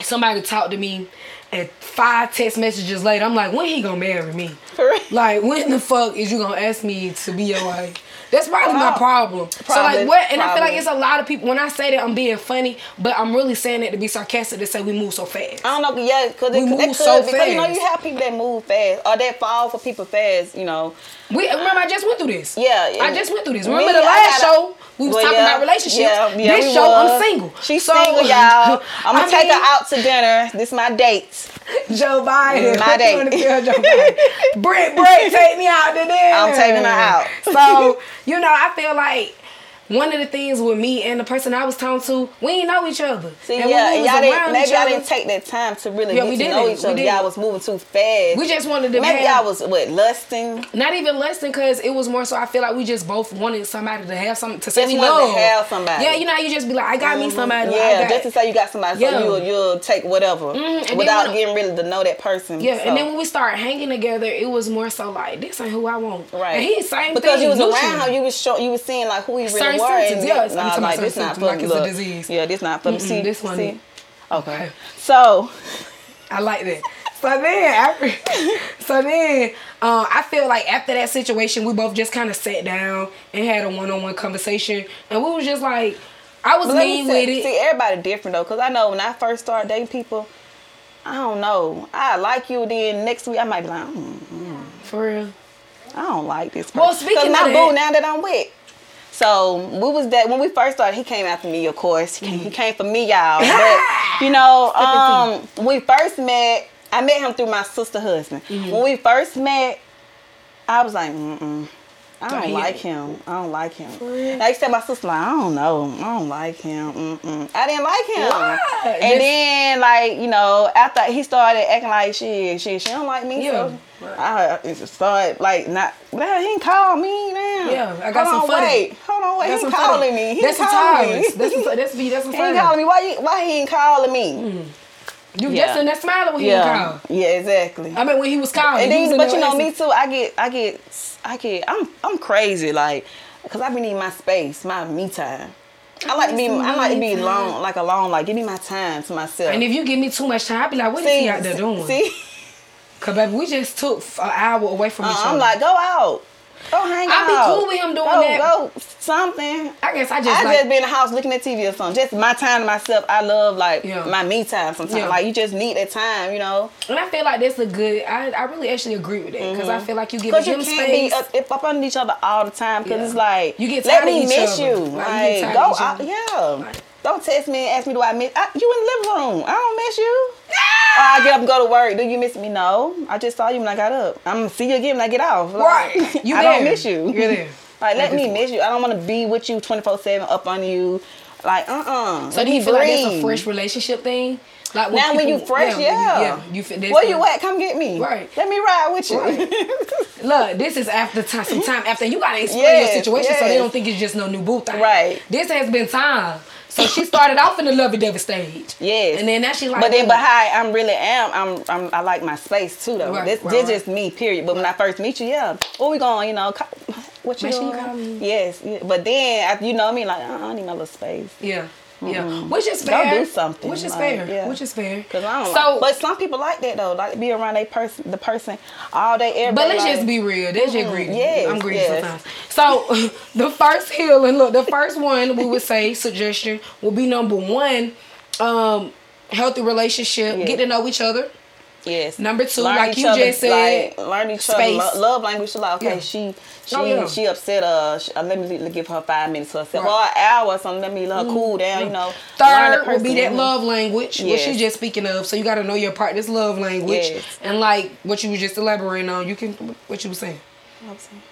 Speaker 1: Somebody talked to me, and five text messages later, I'm like, when he gonna marry me?
Speaker 2: For real.
Speaker 1: Like, when the fuck is you gonna ask me to be your wife? That's probably my
Speaker 2: Wow.
Speaker 1: problem. So
Speaker 2: Probably,
Speaker 1: like, what? And I feel
Speaker 2: probably.
Speaker 1: like it's a lot of people. When I say that, I'm being funny, but I'm really saying it to be sarcastic. To say we move so fast.
Speaker 2: I don't know, yeah, because
Speaker 1: We
Speaker 2: they
Speaker 1: move
Speaker 2: could,
Speaker 1: so
Speaker 2: because you know
Speaker 1: fast.
Speaker 2: you have people that move fast or that fall for people fast, you know.
Speaker 1: We remember I just went through this.
Speaker 2: Yeah, yeah.
Speaker 1: I just went through this.
Speaker 2: Me,
Speaker 1: Remember the
Speaker 2: I
Speaker 1: last
Speaker 2: gotta-
Speaker 1: show we was
Speaker 2: Well,
Speaker 1: talking
Speaker 2: yeah,
Speaker 1: about relationships.
Speaker 2: yeah, yeah,
Speaker 1: this
Speaker 2: we
Speaker 1: show I'm
Speaker 2: was.
Speaker 1: single.
Speaker 2: She's
Speaker 1: So-
Speaker 2: single, y'all. I'm gonna
Speaker 1: I
Speaker 2: take
Speaker 1: mean,
Speaker 2: her out to dinner. This my date.
Speaker 1: Joe Biden.
Speaker 2: My
Speaker 1: You wanna
Speaker 2: date.
Speaker 1: feel Joe Biden. Brent, Brent, take me out to dinner.
Speaker 2: I'm taking her out.
Speaker 1: so, you know, I feel like one of the things with me and the person I was talking to, we ain't know each other.
Speaker 2: See,
Speaker 1: and
Speaker 2: yeah,
Speaker 1: when we was
Speaker 2: y'all
Speaker 1: around
Speaker 2: didn't, maybe
Speaker 1: each
Speaker 2: y'all
Speaker 1: other-
Speaker 2: didn't take that time to really
Speaker 1: Yeah,
Speaker 2: get
Speaker 1: we
Speaker 2: to know
Speaker 1: didn't.
Speaker 2: each
Speaker 1: We
Speaker 2: other.
Speaker 1: didn't.
Speaker 2: Y'all was moving too fast.
Speaker 1: We just wanted to
Speaker 2: maybe
Speaker 1: have-
Speaker 2: y'all was what lusting.
Speaker 1: Not even less than because it was more so I feel like we just both wanted somebody to have something to say
Speaker 2: Just
Speaker 1: we
Speaker 2: wanted to
Speaker 1: love.
Speaker 2: have somebody. Mm-hmm.
Speaker 1: Yeah, you know how you just be like, I got me somebody. like, I
Speaker 2: Yeah,
Speaker 1: got-
Speaker 2: just to say you got somebody,
Speaker 1: Yeah. Mm-hmm,
Speaker 2: so you'll you'll take whatever
Speaker 1: and then
Speaker 2: without
Speaker 1: when-
Speaker 2: getting really to know that person.
Speaker 1: Yeah,
Speaker 2: so.
Speaker 1: and then when we started hanging together, it was more so like, this ain't who I want.
Speaker 2: Right.
Speaker 1: And he same
Speaker 2: because
Speaker 1: thing.
Speaker 2: you was
Speaker 1: neutral.
Speaker 2: around her, you was show, you was seeing like who he really
Speaker 1: Certain
Speaker 2: were.
Speaker 1: symptoms,
Speaker 2: and
Speaker 1: yes. I'm
Speaker 2: nah,
Speaker 1: talking
Speaker 2: like
Speaker 1: about
Speaker 2: this
Speaker 1: certain
Speaker 2: not
Speaker 1: symptoms,
Speaker 2: for
Speaker 1: like
Speaker 2: me.
Speaker 1: it's a
Speaker 2: Look,
Speaker 1: disease.
Speaker 2: Yeah, this not for me. See
Speaker 1: this one
Speaker 2: See?
Speaker 1: ain't. Okay.
Speaker 2: Okay. So
Speaker 1: I like that. So then, after, so then, uh, I feel like after that situation, we both just kind of sat down and had a one-on-one conversation, and we was just like, I was
Speaker 2: But let me
Speaker 1: mean
Speaker 2: say-
Speaker 1: with it.
Speaker 2: See, everybody different though, because I know when I first started dating people, I don't know. I like you, then next week I might be like, mm,
Speaker 1: For real.
Speaker 2: I don't like this. Person.
Speaker 1: Well, speaking
Speaker 2: 'Cause my
Speaker 1: of
Speaker 2: boo
Speaker 1: that-
Speaker 2: now that I'm with. So we was that when we first started, he came after me, of course. He came,
Speaker 1: Mm.
Speaker 2: he came for me, y'all. But you know, um, we first met. I met him through my sister husband.
Speaker 1: Mm-hmm.
Speaker 2: When we first met, I was like, mm-mm. I
Speaker 1: Like,
Speaker 2: don't
Speaker 1: he-
Speaker 2: like him. I don't like him.
Speaker 1: real?
Speaker 2: Like said, my sister, like, I don't know. I don't like him. Mm-mm. I didn't like him.
Speaker 1: Why?
Speaker 2: And
Speaker 1: Just-
Speaker 2: then, like, you know, after he started acting like she, she, she don't like me.
Speaker 1: Yeah.
Speaker 2: So I it just started like not. Man, he ain't call me now.
Speaker 1: Yeah, I got
Speaker 2: Hold
Speaker 1: some
Speaker 2: on,
Speaker 1: footage.
Speaker 2: wait. Hold on, wait.
Speaker 1: That's
Speaker 2: he
Speaker 1: some
Speaker 2: calling
Speaker 1: funny-
Speaker 2: me. He
Speaker 1: that's some
Speaker 2: calling me.
Speaker 1: tolerance. That's some, that's be that's some
Speaker 2: he ain't
Speaker 1: funny.
Speaker 2: calling me. Why? You, why he ain't calling me?
Speaker 1: You
Speaker 2: Yeah.
Speaker 1: just in that smile when he
Speaker 2: Yeah.
Speaker 1: was calling.
Speaker 2: Yeah. Exactly.
Speaker 1: I mean, when he was calling.
Speaker 2: and
Speaker 1: he was
Speaker 2: then,
Speaker 1: in
Speaker 2: but
Speaker 1: there
Speaker 2: you know
Speaker 1: asking-
Speaker 2: me too. I get, I get, I get. I'm, I'm crazy. Like, cause I be needing my space, my me time. I like to be I like to be long, like alone, like give me my time to myself.
Speaker 1: And if you give me too much time, I be like, what is he out there doing?
Speaker 2: See,
Speaker 1: Cause baby, we just took f- an hour away from each
Speaker 2: Uh,
Speaker 1: other.
Speaker 2: I'm like, go out, go hang
Speaker 1: I
Speaker 2: out.
Speaker 1: be cool with him doing
Speaker 2: go,
Speaker 1: that.
Speaker 2: Go something.
Speaker 1: I guess I just
Speaker 2: I
Speaker 1: like
Speaker 2: just be in the house looking at TV or something. Just my time to myself. I love like
Speaker 1: Yeah.
Speaker 2: my me time sometimes.
Speaker 1: Yeah.
Speaker 2: Like you just need that time, you know.
Speaker 1: And I feel like that's a good. I, I really actually agree with that because I feel like you give
Speaker 2: Because Mm-hmm. you
Speaker 1: him
Speaker 2: can't
Speaker 1: space.
Speaker 2: be up, if up under each other all the time. Because
Speaker 1: Yeah.
Speaker 2: it's like
Speaker 1: You get
Speaker 2: let
Speaker 1: tired of
Speaker 2: me
Speaker 1: each
Speaker 2: miss
Speaker 1: other.
Speaker 2: you.
Speaker 1: Like, you
Speaker 2: Like,
Speaker 1: get tired
Speaker 2: go
Speaker 1: of each
Speaker 2: out,
Speaker 1: other.
Speaker 2: yeah.
Speaker 1: Like-
Speaker 2: Don't text me and ask me do I miss I, you in the living room. I don't miss you. Or I get up and go to work. Do you miss me? No. I just saw you when I got up. I'm gonna see you again when I get off. Like,
Speaker 1: Right. You
Speaker 2: I
Speaker 1: there.
Speaker 2: don't miss you.
Speaker 1: You're there.
Speaker 2: Like let
Speaker 1: Like
Speaker 2: me
Speaker 1: it's-
Speaker 2: miss you. I don't want to be with you 24 seven up on you. Like uh uh
Speaker 1: so do you feel like that's a fresh relationship thing? Like
Speaker 2: now when you
Speaker 1: people-
Speaker 2: fresh,
Speaker 1: when you-
Speaker 2: yeah.
Speaker 1: you feel that's
Speaker 2: Where you
Speaker 1: when-
Speaker 2: at? Come get me.
Speaker 1: Right.
Speaker 2: Let me ride with you.
Speaker 1: Look, this is after time, some time after you gotta explain
Speaker 2: Yes,
Speaker 1: your situation so they
Speaker 2: yes.
Speaker 1: don't think it's just no new boo thing.
Speaker 2: Right.
Speaker 1: This has been time. So she started off in the lovey dovey stage.
Speaker 2: Yes.
Speaker 1: And then now she like.
Speaker 2: But then
Speaker 1: wait a
Speaker 2: behind, I'm really am. I'm, I'm I like my space too though.
Speaker 1: Right,
Speaker 2: this
Speaker 1: right,
Speaker 2: this
Speaker 1: right.
Speaker 2: just me period. But when I first meet you, yeah, where we going? You know, co- what you
Speaker 1: Man, she
Speaker 2: doing?
Speaker 1: call me.
Speaker 2: Yes. yeah. But then after you know me, like uh, I need my little space.
Speaker 1: minute. Yeah. Yeah. Which is
Speaker 2: Go
Speaker 1: fair.
Speaker 2: do something,
Speaker 1: Which is
Speaker 2: like,
Speaker 1: fair.
Speaker 2: yeah.
Speaker 1: Which is fair.
Speaker 2: Cause I don't.
Speaker 1: So,
Speaker 2: like- but some people like that though, like to be around they person, the person all day, every
Speaker 1: But
Speaker 2: day,
Speaker 1: let's
Speaker 2: like- mm-hmm.
Speaker 1: just be real. That's your greedy.
Speaker 2: Yes,
Speaker 1: I'm greedy
Speaker 2: yes.
Speaker 1: sometimes. So the first healing, look, the first one we would say suggestion would be number one, um, healthy relationship,
Speaker 2: Yeah.
Speaker 1: get to know each other.
Speaker 2: Yes.
Speaker 1: Number two,
Speaker 2: Learn
Speaker 1: like
Speaker 2: each
Speaker 1: you
Speaker 2: other,
Speaker 1: just said,
Speaker 2: like, learn each
Speaker 1: space.
Speaker 2: other. Lo- love language. Like, okay,
Speaker 1: Yeah.
Speaker 2: she she
Speaker 1: Oh, yeah.
Speaker 2: she upset. Uh, sh uh, let me le- give her five minutes to herself,
Speaker 1: Right. Mm-hmm.
Speaker 2: or an hour or something. Let me let her cool down. You know. Learn the
Speaker 1: Third would be
Speaker 2: person.
Speaker 1: that love language, what she
Speaker 2: Yes.
Speaker 1: just speaking of. So you got to know your partner's love language
Speaker 2: Yes.
Speaker 1: and like what you were just elaborating on. You can what you were saying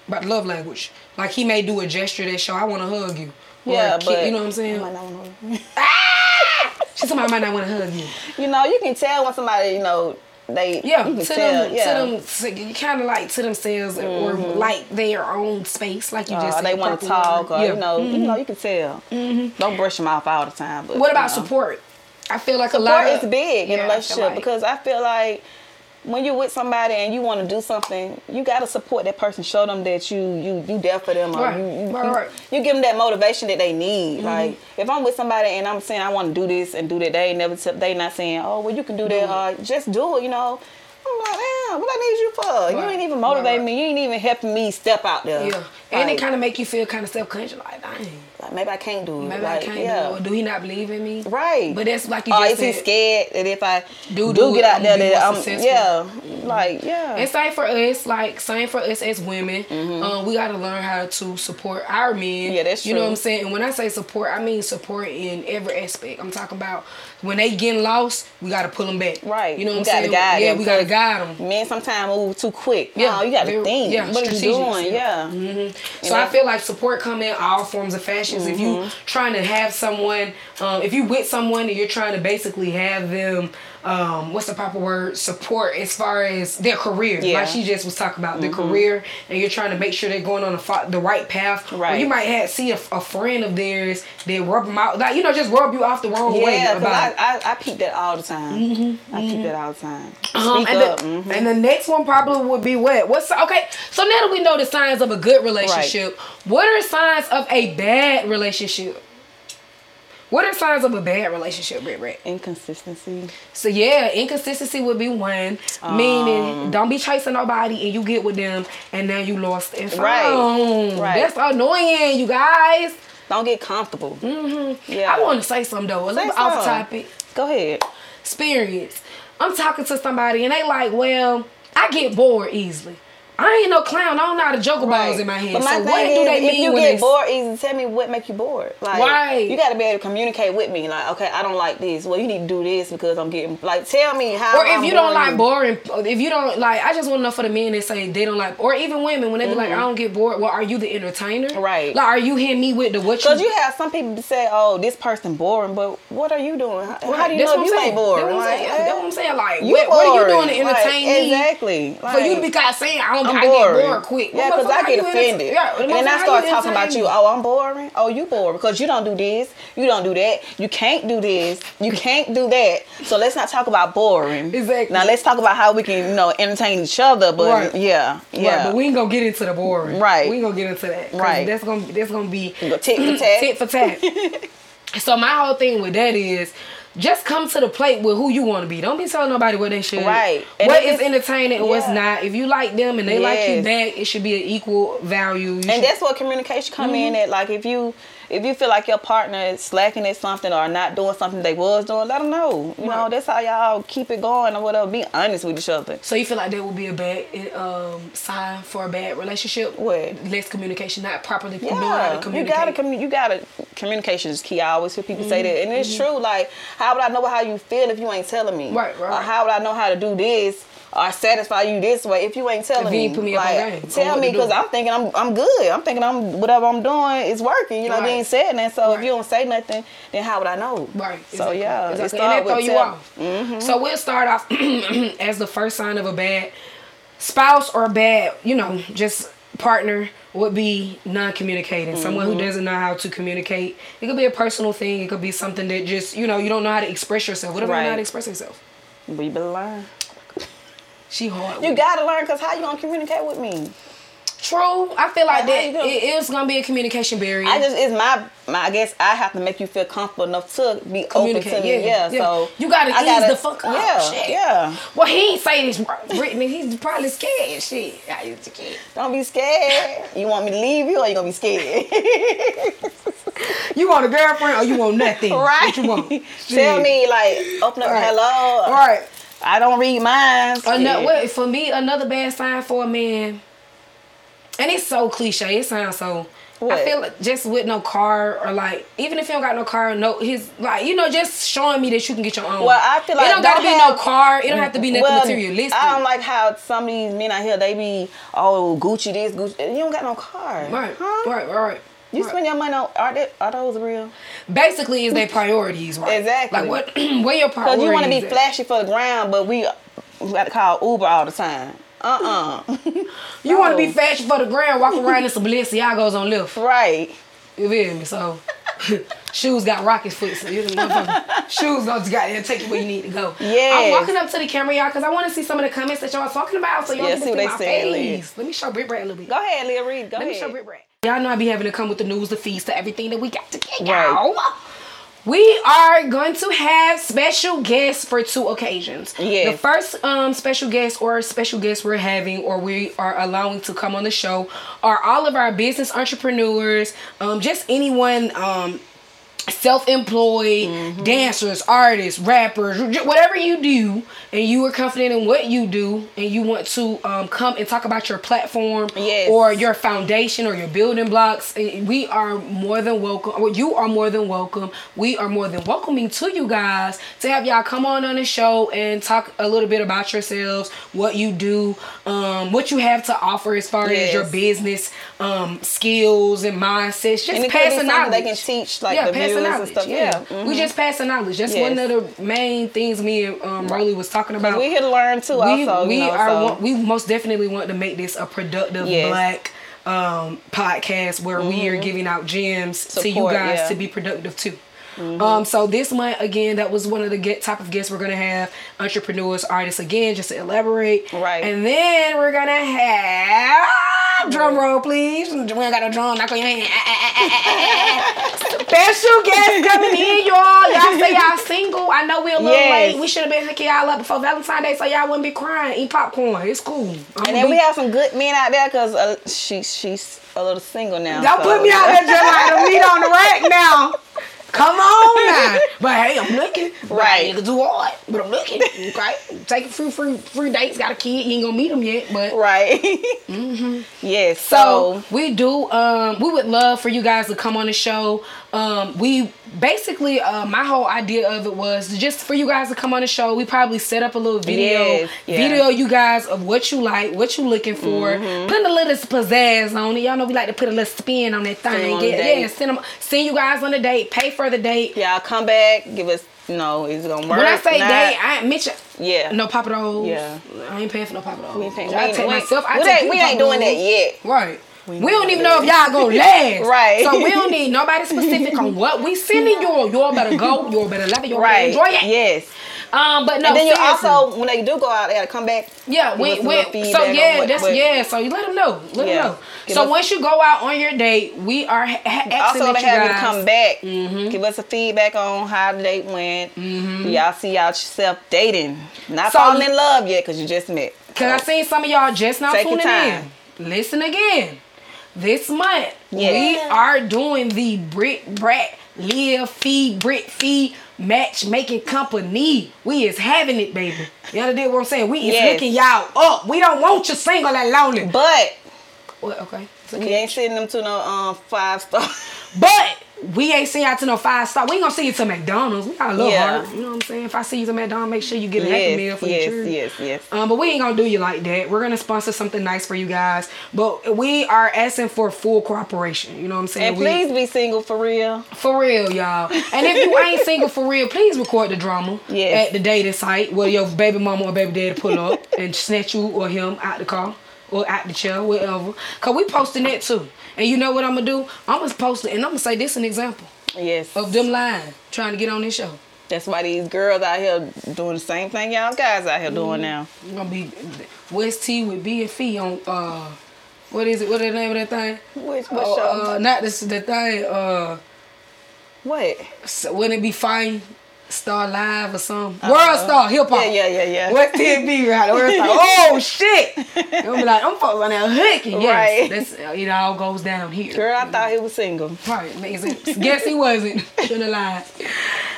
Speaker 1: about love language. Like he may do a gesture that show I want to hug you. Or
Speaker 2: Yeah,
Speaker 1: a ki-
Speaker 2: but
Speaker 1: you know what I'm saying.
Speaker 2: I might not wanna-
Speaker 1: She somebody might not want to hug you.
Speaker 2: You know, you can tell when somebody, you know, they
Speaker 1: Yeah,
Speaker 2: you can
Speaker 1: to
Speaker 2: tell,
Speaker 1: them,
Speaker 2: yeah. Mm-hmm.
Speaker 1: to them, you kind of like to themselves or like their own space, like you just
Speaker 2: Uh,
Speaker 1: said,
Speaker 2: they want to
Speaker 1: proper
Speaker 2: talk,
Speaker 1: word.
Speaker 2: or you know, you know, you can tell. Don't brush them off all the time. But
Speaker 1: Mm-hmm. What about
Speaker 2: you know.
Speaker 1: support? I feel like a
Speaker 2: support
Speaker 1: lot
Speaker 2: is
Speaker 1: of-
Speaker 2: big
Speaker 1: Yeah,
Speaker 2: in a
Speaker 1: I feel
Speaker 2: relationship
Speaker 1: like-
Speaker 2: because I feel like when you're with somebody and you want to do something, you gotta support that person. Show them that you you you there for them, or
Speaker 1: Right,
Speaker 2: you, you,
Speaker 1: right, right. Mm-hmm.
Speaker 2: you give them that motivation that they need. Like if I'm with somebody and I'm saying I want to do this and do that, they ain't never tell, they not saying, oh well you can do that, or just do it, you know. I'm like, damn, what I need you for?
Speaker 1: Right,
Speaker 2: You ain't even
Speaker 1: right,
Speaker 2: motivate
Speaker 1: right.
Speaker 2: me. You ain't even helping me step out there.
Speaker 1: yeah, and
Speaker 2: Like,
Speaker 1: it kind of make you feel kind of self conscious, like dang,
Speaker 2: like, maybe I can't do it.
Speaker 1: maybe I
Speaker 2: Like,
Speaker 1: can't
Speaker 2: yeah.
Speaker 1: do it. Do he not believe in me?
Speaker 2: Right. Uh,
Speaker 1: But that's like you
Speaker 2: Or
Speaker 1: just
Speaker 2: is he
Speaker 1: said-
Speaker 2: scared that if I
Speaker 1: Do
Speaker 2: do,
Speaker 1: do
Speaker 2: get
Speaker 1: it,
Speaker 2: out
Speaker 1: I'ma
Speaker 2: there,
Speaker 1: be
Speaker 2: that
Speaker 1: more
Speaker 2: I'm
Speaker 1: successful.
Speaker 2: yeah, like yeah, Mm-hmm.
Speaker 1: And same for us, like same for us as women. Um, we gotta learn how to support our men.
Speaker 2: Yeah, that's
Speaker 1: You know
Speaker 2: true.
Speaker 1: what I'm saying? And when I say support, I mean support in every aspect. I'm talking about when they getting lost, we gotta pull them back.
Speaker 2: right.
Speaker 1: You know what
Speaker 2: You
Speaker 1: I'm
Speaker 2: gotta
Speaker 1: saying?
Speaker 2: guide
Speaker 1: yeah,
Speaker 2: them
Speaker 1: we gotta
Speaker 2: 'cause
Speaker 1: guide them.
Speaker 2: men sometimes move too quick.
Speaker 1: Yeah,
Speaker 2: Yeah, you got
Speaker 1: very-
Speaker 2: to think.
Speaker 1: yeah,
Speaker 2: what are you
Speaker 1: strategic, Mm-hmm.
Speaker 2: doing?
Speaker 1: yeah.
Speaker 2: Yeah.
Speaker 1: So I feel like support come in all forms of fashions. If you
Speaker 2: Mm-hmm.
Speaker 1: trying to have someone, um, if you with someone and you're trying to basically have them, um, what's the proper word? Support as far as their career.
Speaker 2: Yeah. Mm-hmm.
Speaker 1: Like she just was talking about their career, and you're trying to make sure they're going on the fa- the right path. Or
Speaker 2: Right.
Speaker 1: you might have see a, a friend of theirs that rub them out, like you know, just rub you off the wrong way.
Speaker 2: Yeah, 'cause
Speaker 1: about it. Mm-hmm.
Speaker 2: I, I I peep that all the time. I peep that all the time.
Speaker 1: Um,
Speaker 2: Speak
Speaker 1: and,
Speaker 2: up.
Speaker 1: the,
Speaker 2: mhm.
Speaker 1: and the next one probably would be what? What's okay? So now that we know the signs of a good relationship, what are signs of a bad relationship? What are signs of a bad relationship, Britt? Britt?
Speaker 2: Inconsistency.
Speaker 1: So yeah, inconsistency would be one. meaning,
Speaker 2: Um.
Speaker 1: don't be chasing nobody and you get with them and now you lost and found.
Speaker 2: Right, right.
Speaker 1: That's annoying, you guys.
Speaker 2: Don't get comfortable. Mm-hmm. Yeah.
Speaker 1: I want to say something though, a little
Speaker 2: Say
Speaker 1: bit off
Speaker 2: something.
Speaker 1: topic.
Speaker 2: Go ahead.
Speaker 1: experience. I'm talking to somebody and they like, well, I get bored easily. I ain't no clown. I don't know how to juggle balls in my head.
Speaker 2: But my
Speaker 1: so
Speaker 2: thing
Speaker 1: what do
Speaker 2: is,
Speaker 1: they
Speaker 2: if
Speaker 1: mean
Speaker 2: you
Speaker 1: when
Speaker 2: get
Speaker 1: they
Speaker 2: bored easy, tell me what make you bored. Like
Speaker 1: Right.
Speaker 2: you gotta be able to communicate with me. Like, okay, I don't like this. Well you need to do this because I'm getting like tell me how
Speaker 1: or if
Speaker 2: I'm
Speaker 1: you don't
Speaker 2: boring
Speaker 1: like boring, if you don't like, I just want to know for the men that say they don't like, or even women when they be like, I don't get bored. Well, are you the entertainer?
Speaker 2: Mm-hmm. Right.
Speaker 1: Like, are you hitting me with the what?
Speaker 2: Cause you have some people that say, "Oh, this person boring," but what are you doing? How, how do you
Speaker 1: That's
Speaker 2: know
Speaker 1: what
Speaker 2: if you
Speaker 1: I'm saying.
Speaker 2: ain't boring?
Speaker 1: That's what I'm
Speaker 2: Like,
Speaker 1: saying.
Speaker 2: eh,
Speaker 1: That's what I'm saying. Like,
Speaker 2: you
Speaker 1: what, what are you doing to
Speaker 2: boring. Like,
Speaker 1: entertain me?
Speaker 2: Exactly.
Speaker 1: For you to
Speaker 2: Like,
Speaker 1: be kind of saying, I don't,
Speaker 2: I'm
Speaker 1: i get
Speaker 2: bored.
Speaker 1: bored quick.
Speaker 2: Yeah,
Speaker 1: Well,
Speaker 2: because
Speaker 1: motherfucker,
Speaker 2: I
Speaker 1: how
Speaker 2: get
Speaker 1: you entertain-
Speaker 2: offended.
Speaker 1: Yeah,
Speaker 2: and then
Speaker 1: motherfucker,
Speaker 2: I
Speaker 1: how
Speaker 2: start talking about
Speaker 1: entertain
Speaker 2: you.
Speaker 1: me?
Speaker 2: Oh, I'm boring. Oh, you boring because you don't do this, you don't do that, you can't do this, you can't do that. So let's not talk about boring.
Speaker 1: Exactly.
Speaker 2: Now let's talk about how we can, you know, entertain each other. But
Speaker 1: Right.
Speaker 2: yeah, yeah.
Speaker 1: Right, but we ain't gonna get into the boring.
Speaker 2: Right.
Speaker 1: We ain't gonna get into that. 'cause
Speaker 2: Right.
Speaker 1: That's gonna that's gonna be
Speaker 2: Tit for tat.
Speaker 1: tit for tat. So my whole thing with that is just come to the plate with who you want to be. Don't be telling nobody what they should.
Speaker 2: Right. And
Speaker 1: What
Speaker 2: if
Speaker 1: is
Speaker 2: it's-
Speaker 1: entertaining and what's
Speaker 2: yeah.
Speaker 1: not. If you like them and they like you
Speaker 2: Yes.
Speaker 1: back, it should be an equal value. You should-
Speaker 2: and that's where communication come in
Speaker 1: Mm-hmm.
Speaker 2: at like if you if you feel like your partner is slacking at something or not doing something they was doing let them know you know
Speaker 1: Right.
Speaker 2: that's how y'all keep it going or whatever be honest with each other
Speaker 1: so you feel like that would be a bad um, sign for a bad relationship?
Speaker 2: What?
Speaker 1: Less communication, not properly knowing how to
Speaker 2: yeah, you
Speaker 1: communicate.
Speaker 2: gotta commu- you gotta communication is key. I always hear people say that, and it's true. Like, how would I know how you feel if you ain't telling me?
Speaker 1: Mm-hmm. Right, right,
Speaker 2: Or
Speaker 1: right.
Speaker 2: how would I know how to do this or satisfy you this way if you ain't telling
Speaker 1: If you
Speaker 2: me?
Speaker 1: ain't put me up on
Speaker 2: like,
Speaker 1: game on
Speaker 2: tell
Speaker 1: what
Speaker 2: me
Speaker 1: to do.
Speaker 2: because I'm thinking I'm I'm good. I'm thinking I'm whatever I'm doing is working. You know,
Speaker 1: Right.
Speaker 2: they ain't saying that. So if
Speaker 1: Right.
Speaker 2: you don't say nothing, then how would I know?
Speaker 1: Right.
Speaker 2: So
Speaker 1: exactly,
Speaker 2: yeah, it
Speaker 1: exactly.
Speaker 2: start
Speaker 1: and that
Speaker 2: with Mm-hmm.
Speaker 1: throw you
Speaker 2: tell-
Speaker 1: off. So we'll start off as the first sign of a bad spouse or bad, you know, just partner would be non-communicating. Someone
Speaker 2: Mm-hmm.
Speaker 1: who doesn't know how to communicate. It could be a personal thing. It could be something that just you know you don't know how to express yourself. What if I don't know how
Speaker 2: Right.
Speaker 1: to express yourself?
Speaker 2: But you better learn.
Speaker 1: She hard.
Speaker 2: You
Speaker 1: with
Speaker 2: gotta learn because how you gonna communicate with me?
Speaker 1: True. I feel like
Speaker 2: Like, how
Speaker 1: that
Speaker 2: you gonna-
Speaker 1: it is gonna be a communication barrier.
Speaker 2: I just it's my, my I guess I have to make you feel comfortable enough to be open to
Speaker 1: communicate.
Speaker 2: me.
Speaker 1: yeah,
Speaker 2: Yeah, so
Speaker 1: you gotta
Speaker 2: I
Speaker 1: ease the fuck up.
Speaker 2: Yeah,
Speaker 1: shit.
Speaker 2: yeah.
Speaker 1: Well, he ain't say this, Brittany. He's probably scared. Shit, I used to kid.
Speaker 2: Don't be scared. You want me to leave you, or you gonna be scared?
Speaker 1: You want a girlfriend or you want nothing? What you want?
Speaker 2: Tell
Speaker 1: Shit.
Speaker 2: me, like, open up.
Speaker 1: Right.
Speaker 2: Hello.
Speaker 1: All right. Uh,
Speaker 2: I don't read minds.
Speaker 1: Another,
Speaker 2: Shit.
Speaker 1: well, for me, another bad sign for a man, and it's so cliche. It sounds so. I
Speaker 2: What?
Speaker 1: feel like just with no car or like even if you don't got no car, no his like you know just showing me that you can get your own.
Speaker 2: Well, I feel like
Speaker 1: it don't gotta
Speaker 2: don't
Speaker 1: be
Speaker 2: have-
Speaker 1: no car. It don't have to be nothing
Speaker 2: Well, um,
Speaker 1: materialistic.
Speaker 2: I don't like how some of these men out here they be oh Gucci this Gucci. You don't got no car.
Speaker 1: right,
Speaker 2: Huh?
Speaker 1: right, right.
Speaker 2: You
Speaker 1: right.
Speaker 2: spend your money on are, they, are those real?
Speaker 1: basically is their priorities, right?
Speaker 2: Exactly.
Speaker 1: Like what? where your priorities?
Speaker 2: Cause you want to be
Speaker 1: at?
Speaker 2: flashy for the ground, but we we got to call Uber all the time. Uh uh
Speaker 1: You want to be
Speaker 2: No.
Speaker 1: fashion for the ground, walk around in some Balenciagos on lift.
Speaker 2: right.
Speaker 1: You feel me? So shoes got rocket foot. So you know, motherfucker, shoes don't got to take you where you need to go. I'm
Speaker 2: Yes.
Speaker 1: walking up to the camera, y'all, because I want to see some of the comments that y'all talking about. So y'all
Speaker 2: Yeah,
Speaker 1: can
Speaker 2: see
Speaker 1: see
Speaker 2: what they
Speaker 1: my
Speaker 2: saying, Liz.
Speaker 1: face. Let me show Brit Brad a little bit.
Speaker 2: Go ahead, Leah Reed. Go
Speaker 1: Let me
Speaker 2: ahead.
Speaker 1: show Brit Brad. Y'all know I be having to come with the news, the feeds, to everything that we got to get
Speaker 2: Right.
Speaker 1: y'all. We are going to have special guests for two occasions.
Speaker 2: Yes.
Speaker 1: The first um, special guest or special guest we're having or we are allowing to come on the show are all of our business entrepreneurs, um, just anyone um, self-employed
Speaker 2: Mm-hmm.
Speaker 1: dancers artists rappers ju- whatever you do and you are confident in what you do and you want to um, come and talk about your platform
Speaker 2: Yes.
Speaker 1: or your foundation or your building blocks eh, we are more than welcome or you are more than welcome we are more than welcoming to you guys to have y'all come on on the show and talk a little bit about yourselves what you do um, what you have to offer as far as
Speaker 2: Yes.
Speaker 1: your business um, skills and mindsets just
Speaker 2: And it could be
Speaker 1: passing
Speaker 2: something
Speaker 1: knowledge
Speaker 2: they can teach, like the
Speaker 1: passing
Speaker 2: viewers
Speaker 1: knowledge.
Speaker 2: and stuff.
Speaker 1: Yeah,
Speaker 2: Yeah. Mhm.
Speaker 1: we just passing knowledge. That's
Speaker 2: Yes.
Speaker 1: one of the main things me and um, Rolly was talking about.
Speaker 2: We here to learn too.
Speaker 1: we,
Speaker 2: also,
Speaker 1: we
Speaker 2: you know,
Speaker 1: are
Speaker 2: so.
Speaker 1: want- we most definitely want to make this a productive
Speaker 2: Yes. Mm-hmm.
Speaker 1: black um, podcast where we are giving out gems to you
Speaker 2: Support,
Speaker 1: guys
Speaker 2: yeah. Mm-hmm.
Speaker 1: to be productive too. Um, so this month again, that was one of the get, type of guests we're gonna have entrepreneurs, artists again, just to elaborate.
Speaker 2: Right.
Speaker 1: And then we're gonna have drum roll, please. We ain't got no drum. Knock on your hand. Ah, Special guest coming in, y'all. Y'all say y'all single. I know we're a little
Speaker 2: Yes.
Speaker 1: late. We should have been hooking y'all up before Valentine's Day so y'all wouldn't be crying. Eat popcorn. It's cool. I'm
Speaker 2: and then
Speaker 1: be-
Speaker 2: we have some good men out there because uh, she she's a little single now.
Speaker 1: Don't
Speaker 2: so.
Speaker 1: put me out there just like the meat on the rack now. Come on now. But hey, I'm looking.
Speaker 2: Right.
Speaker 1: Niggas do hard, but I'm looking. Okay. Taking free, free, free dates. Got a kid. You ain't gonna meet them yet, but.
Speaker 2: Right. mm-hmm. Yes.
Speaker 1: So
Speaker 2: So,
Speaker 1: we do. Um, we would love for you guys to come on the show. Um, we basically, uh, my whole idea of it was just for you guys to come on the show. We probably set up a little video,
Speaker 2: Yes, yeah.
Speaker 1: video you guys of what you like, what you looking for,
Speaker 2: Mm-hmm.
Speaker 1: putting a little pizzazz on it. Y'all know we like to put a little spin on that
Speaker 2: them
Speaker 1: thing.
Speaker 2: on a
Speaker 1: Yeah,
Speaker 2: date.
Speaker 1: yeah, send them, send you guys on a date, pay for the date.
Speaker 2: y'all come back. Give us. You know, is it gonna work?
Speaker 1: When I say
Speaker 2: Not-
Speaker 1: date, I ain't mention
Speaker 2: Yeah.
Speaker 1: no papa dolls.
Speaker 2: Yeah.
Speaker 1: I ain't paying for no papa dolls.
Speaker 2: We ain't paying-
Speaker 1: I
Speaker 2: we ain't-
Speaker 1: take
Speaker 2: we ain't-
Speaker 1: myself. I
Speaker 2: we
Speaker 1: take
Speaker 2: ain't-
Speaker 1: you
Speaker 2: we
Speaker 1: Papa
Speaker 2: ain't doing that
Speaker 1: Dolls.
Speaker 2: yet.
Speaker 1: Right. We,
Speaker 2: not
Speaker 1: don't even know if y'all gonna last.
Speaker 2: Right.
Speaker 1: So we don't need nobody specific on what we sending y'all. Y'all better go. Y'all better love it. Y'all
Speaker 2: Right.
Speaker 1: better enjoy it.
Speaker 2: Yes.
Speaker 1: Um, but no.
Speaker 2: and then you
Speaker 1: seriously.
Speaker 2: also when they do go out, they gotta come back.
Speaker 1: Yeah,
Speaker 2: Give us
Speaker 1: we,
Speaker 2: a little
Speaker 1: we,
Speaker 2: feedback
Speaker 1: so
Speaker 2: on
Speaker 1: yeah,
Speaker 2: what-
Speaker 1: that's
Speaker 2: what-
Speaker 1: yeah. So you let them know, let
Speaker 2: Yeah.
Speaker 1: them know.
Speaker 2: Give
Speaker 1: so
Speaker 2: us-
Speaker 1: once you go out on your date, we are ha- ha- asking
Speaker 2: also
Speaker 1: that
Speaker 2: to
Speaker 1: you
Speaker 2: have you
Speaker 1: guys- Mm-hmm.
Speaker 2: come back, give us a feedback on how the date went. Do Y'all see y'all yourself dating, not
Speaker 1: So-
Speaker 2: falling in love yet because you just met.
Speaker 1: Cause I
Speaker 2: So,
Speaker 1: seen some of y'all just now
Speaker 2: Take your
Speaker 1: tuning in.
Speaker 2: time.
Speaker 1: Listen again. This month,
Speaker 2: Yeah.
Speaker 1: we are doing the Brit Brat Live Feed Brit Feed Matchmaking Company. We is having it, baby. Y'all did what I'm saying. We is
Speaker 2: Yes.
Speaker 1: hooking y'all up. We don't want you single and lonely.
Speaker 2: but
Speaker 1: Well, okay. It's
Speaker 2: we
Speaker 1: okay.
Speaker 2: ain't sending them to no um five star.
Speaker 1: But we ain't seen y'all to no five star. We ain't gonna see you to McDonald's. We got a little
Speaker 2: Yeah.
Speaker 1: heart. You know what I'm saying? If I see you to McDonald's, make sure you get a happy meal
Speaker 2: yes,
Speaker 1: for your
Speaker 2: yes,
Speaker 1: children.
Speaker 2: yes, yes.
Speaker 1: Um, but we ain't gonna do you like that. We're gonna sponsor something nice for you guys. But we are asking for full cooperation. You know what I'm saying?
Speaker 2: And
Speaker 1: We-
Speaker 2: please be single for real.
Speaker 1: for real, y'all. And if you ain't single for real, please record the drama
Speaker 2: Yes.
Speaker 1: at the dating site where your baby mama or baby daddy pull up and snatch you or him out the car or out the chair, whatever. Cause we posting that too. And you know what I'm gonna do? I'm gonna post it and I'm gonna say this an example
Speaker 2: Yes.
Speaker 1: of them lying, trying to get on this show.
Speaker 2: That's why these girls out here doing the same thing y'all guys out here
Speaker 1: Mm-hmm.
Speaker 2: doing now.
Speaker 1: I'm gonna be West T with B and Fee on uh what is it? What the name of that thing?
Speaker 2: Which what show?
Speaker 1: Oh, uh, not this the thing. Uh,
Speaker 2: what?
Speaker 1: s- wouldn't it be fine? Star Live or something. World Star Hip Hop.
Speaker 2: Uh-huh. Yeah, yeah, yeah, yeah.
Speaker 1: What did it be? right? World Star. Oh shit! They'll be like, I'm fucking around that hooking. Yes,
Speaker 2: Right.
Speaker 1: that's uh, it. All goes down here.
Speaker 2: Girl, I thought he was single.
Speaker 1: Right, makes sense. Guess he wasn't. Shouldn't have lied.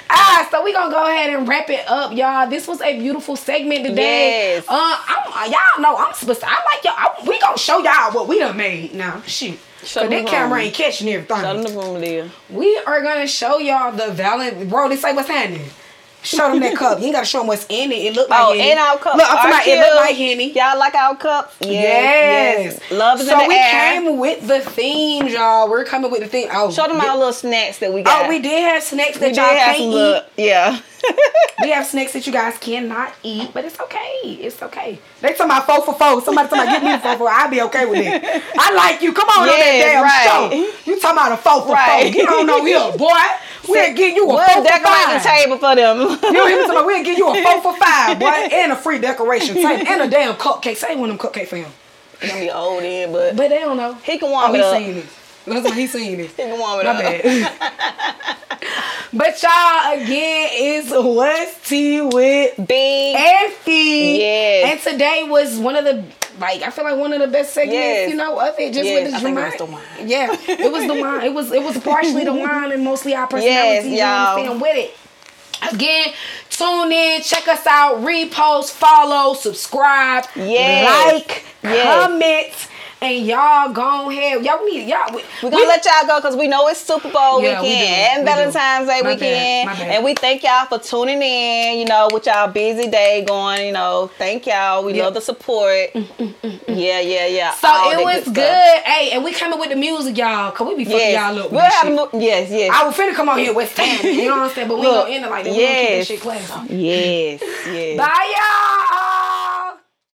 Speaker 1: Ah, so we gonna go ahead and wrap it up, y'all. This was a beautiful segment today.
Speaker 2: Yes.
Speaker 1: Uh, I'm, y'all know I'm supposed. To, I like y'all. I, we gonna show y'all what we done made now. Shoot,
Speaker 2: Show
Speaker 1: cause
Speaker 2: them
Speaker 1: that camera
Speaker 2: home.
Speaker 1: ain't catching everything.
Speaker 2: Show them the room, Leah.
Speaker 1: We are gonna show y'all the valid bro. They say what's happening. Show them that cup. You ain't gotta show them what's in it. It look like
Speaker 2: Oh,
Speaker 1: Henny.
Speaker 2: and our cups.
Speaker 1: Look, I'm talking
Speaker 2: are
Speaker 1: about it look
Speaker 2: cute.
Speaker 1: like Henny.
Speaker 2: Y'all like our cups?
Speaker 1: Yes.
Speaker 2: Love is
Speaker 1: so
Speaker 2: in the
Speaker 1: we
Speaker 2: air.
Speaker 1: came with the themes, y'all. We're coming with the theme. Oh,
Speaker 2: Show them
Speaker 1: thi-
Speaker 2: our little snacks that we got.
Speaker 1: Oh, we did have snacks that
Speaker 2: We did
Speaker 1: y'all
Speaker 2: have
Speaker 1: can't
Speaker 2: some
Speaker 1: eat.
Speaker 2: little, yeah.
Speaker 1: We have snacks that you guys cannot eat, but it's okay. It's okay. They talking about four for four. Somebody talking about give me a four for I'll be okay with it. I like you. Come on
Speaker 2: Yes,
Speaker 1: on that damn
Speaker 2: right.
Speaker 1: show. You talking about a four for four.
Speaker 2: Right.
Speaker 1: Get on over here, boy. We'll give you a
Speaker 2: we'll
Speaker 1: four for
Speaker 2: decorate
Speaker 1: five.
Speaker 2: the table for them.
Speaker 1: You hear me talking about we'll give you a four for five, boy, and a free decoration table and a damn cupcake. Say one of them cupcake for him.
Speaker 2: He gonna be old in, but,
Speaker 1: But they don't know.
Speaker 2: he can warm it
Speaker 1: oh,
Speaker 2: up.
Speaker 1: he
Speaker 2: He
Speaker 1: seen it. That's why he seen it.
Speaker 2: can warm it
Speaker 1: My
Speaker 2: up.
Speaker 1: bad. but y'all again is what's tea with
Speaker 2: Big.
Speaker 1: and feed.
Speaker 2: Yes.
Speaker 1: And today was one of the like I feel like one of the best segments,
Speaker 2: Yes.
Speaker 1: you know, of it. Just
Speaker 2: Yes,
Speaker 1: with
Speaker 2: I
Speaker 1: this
Speaker 2: think it
Speaker 1: remind.
Speaker 2: was the wine.
Speaker 1: Yeah, it was the wine. It was it was partially the wine and mostly our personalities. you know what I'm
Speaker 2: y'all.
Speaker 1: saying, with it. Again, tune in, check us out, repost, follow, subscribe,
Speaker 2: Yes.
Speaker 1: like,
Speaker 2: Yes.
Speaker 1: comment, and y'all go ahead. Y'all need y'all.
Speaker 2: We're gonna let y'all go because we know it's Super Bowl
Speaker 1: Yeah, we
Speaker 2: weekend
Speaker 1: do.
Speaker 2: and
Speaker 1: We do.
Speaker 2: Valentine's Day
Speaker 1: My bad.
Speaker 2: weekend,
Speaker 1: My bad.
Speaker 2: and we thank y'all for tuning in. You know, with y'all busy day going. You know, thank y'all. We
Speaker 1: Yeah. Mm,
Speaker 2: love the support. yeah, yeah, yeah.
Speaker 1: So
Speaker 2: All
Speaker 1: it
Speaker 2: that
Speaker 1: was good,
Speaker 2: stuff.
Speaker 1: hey, and we coming with the music, y'all, cause we be fucking
Speaker 2: Yes,
Speaker 1: y'all up. with
Speaker 2: we'll
Speaker 1: this
Speaker 2: have
Speaker 1: shit.
Speaker 2: mo- yes, yes,
Speaker 1: I was finna come on here with family. You know what I'm saying? But we
Speaker 2: Look,
Speaker 1: don't end it like that. We gonna keep that
Speaker 2: yes.
Speaker 1: shit class.
Speaker 2: yes, yes.
Speaker 1: Bye, y'all.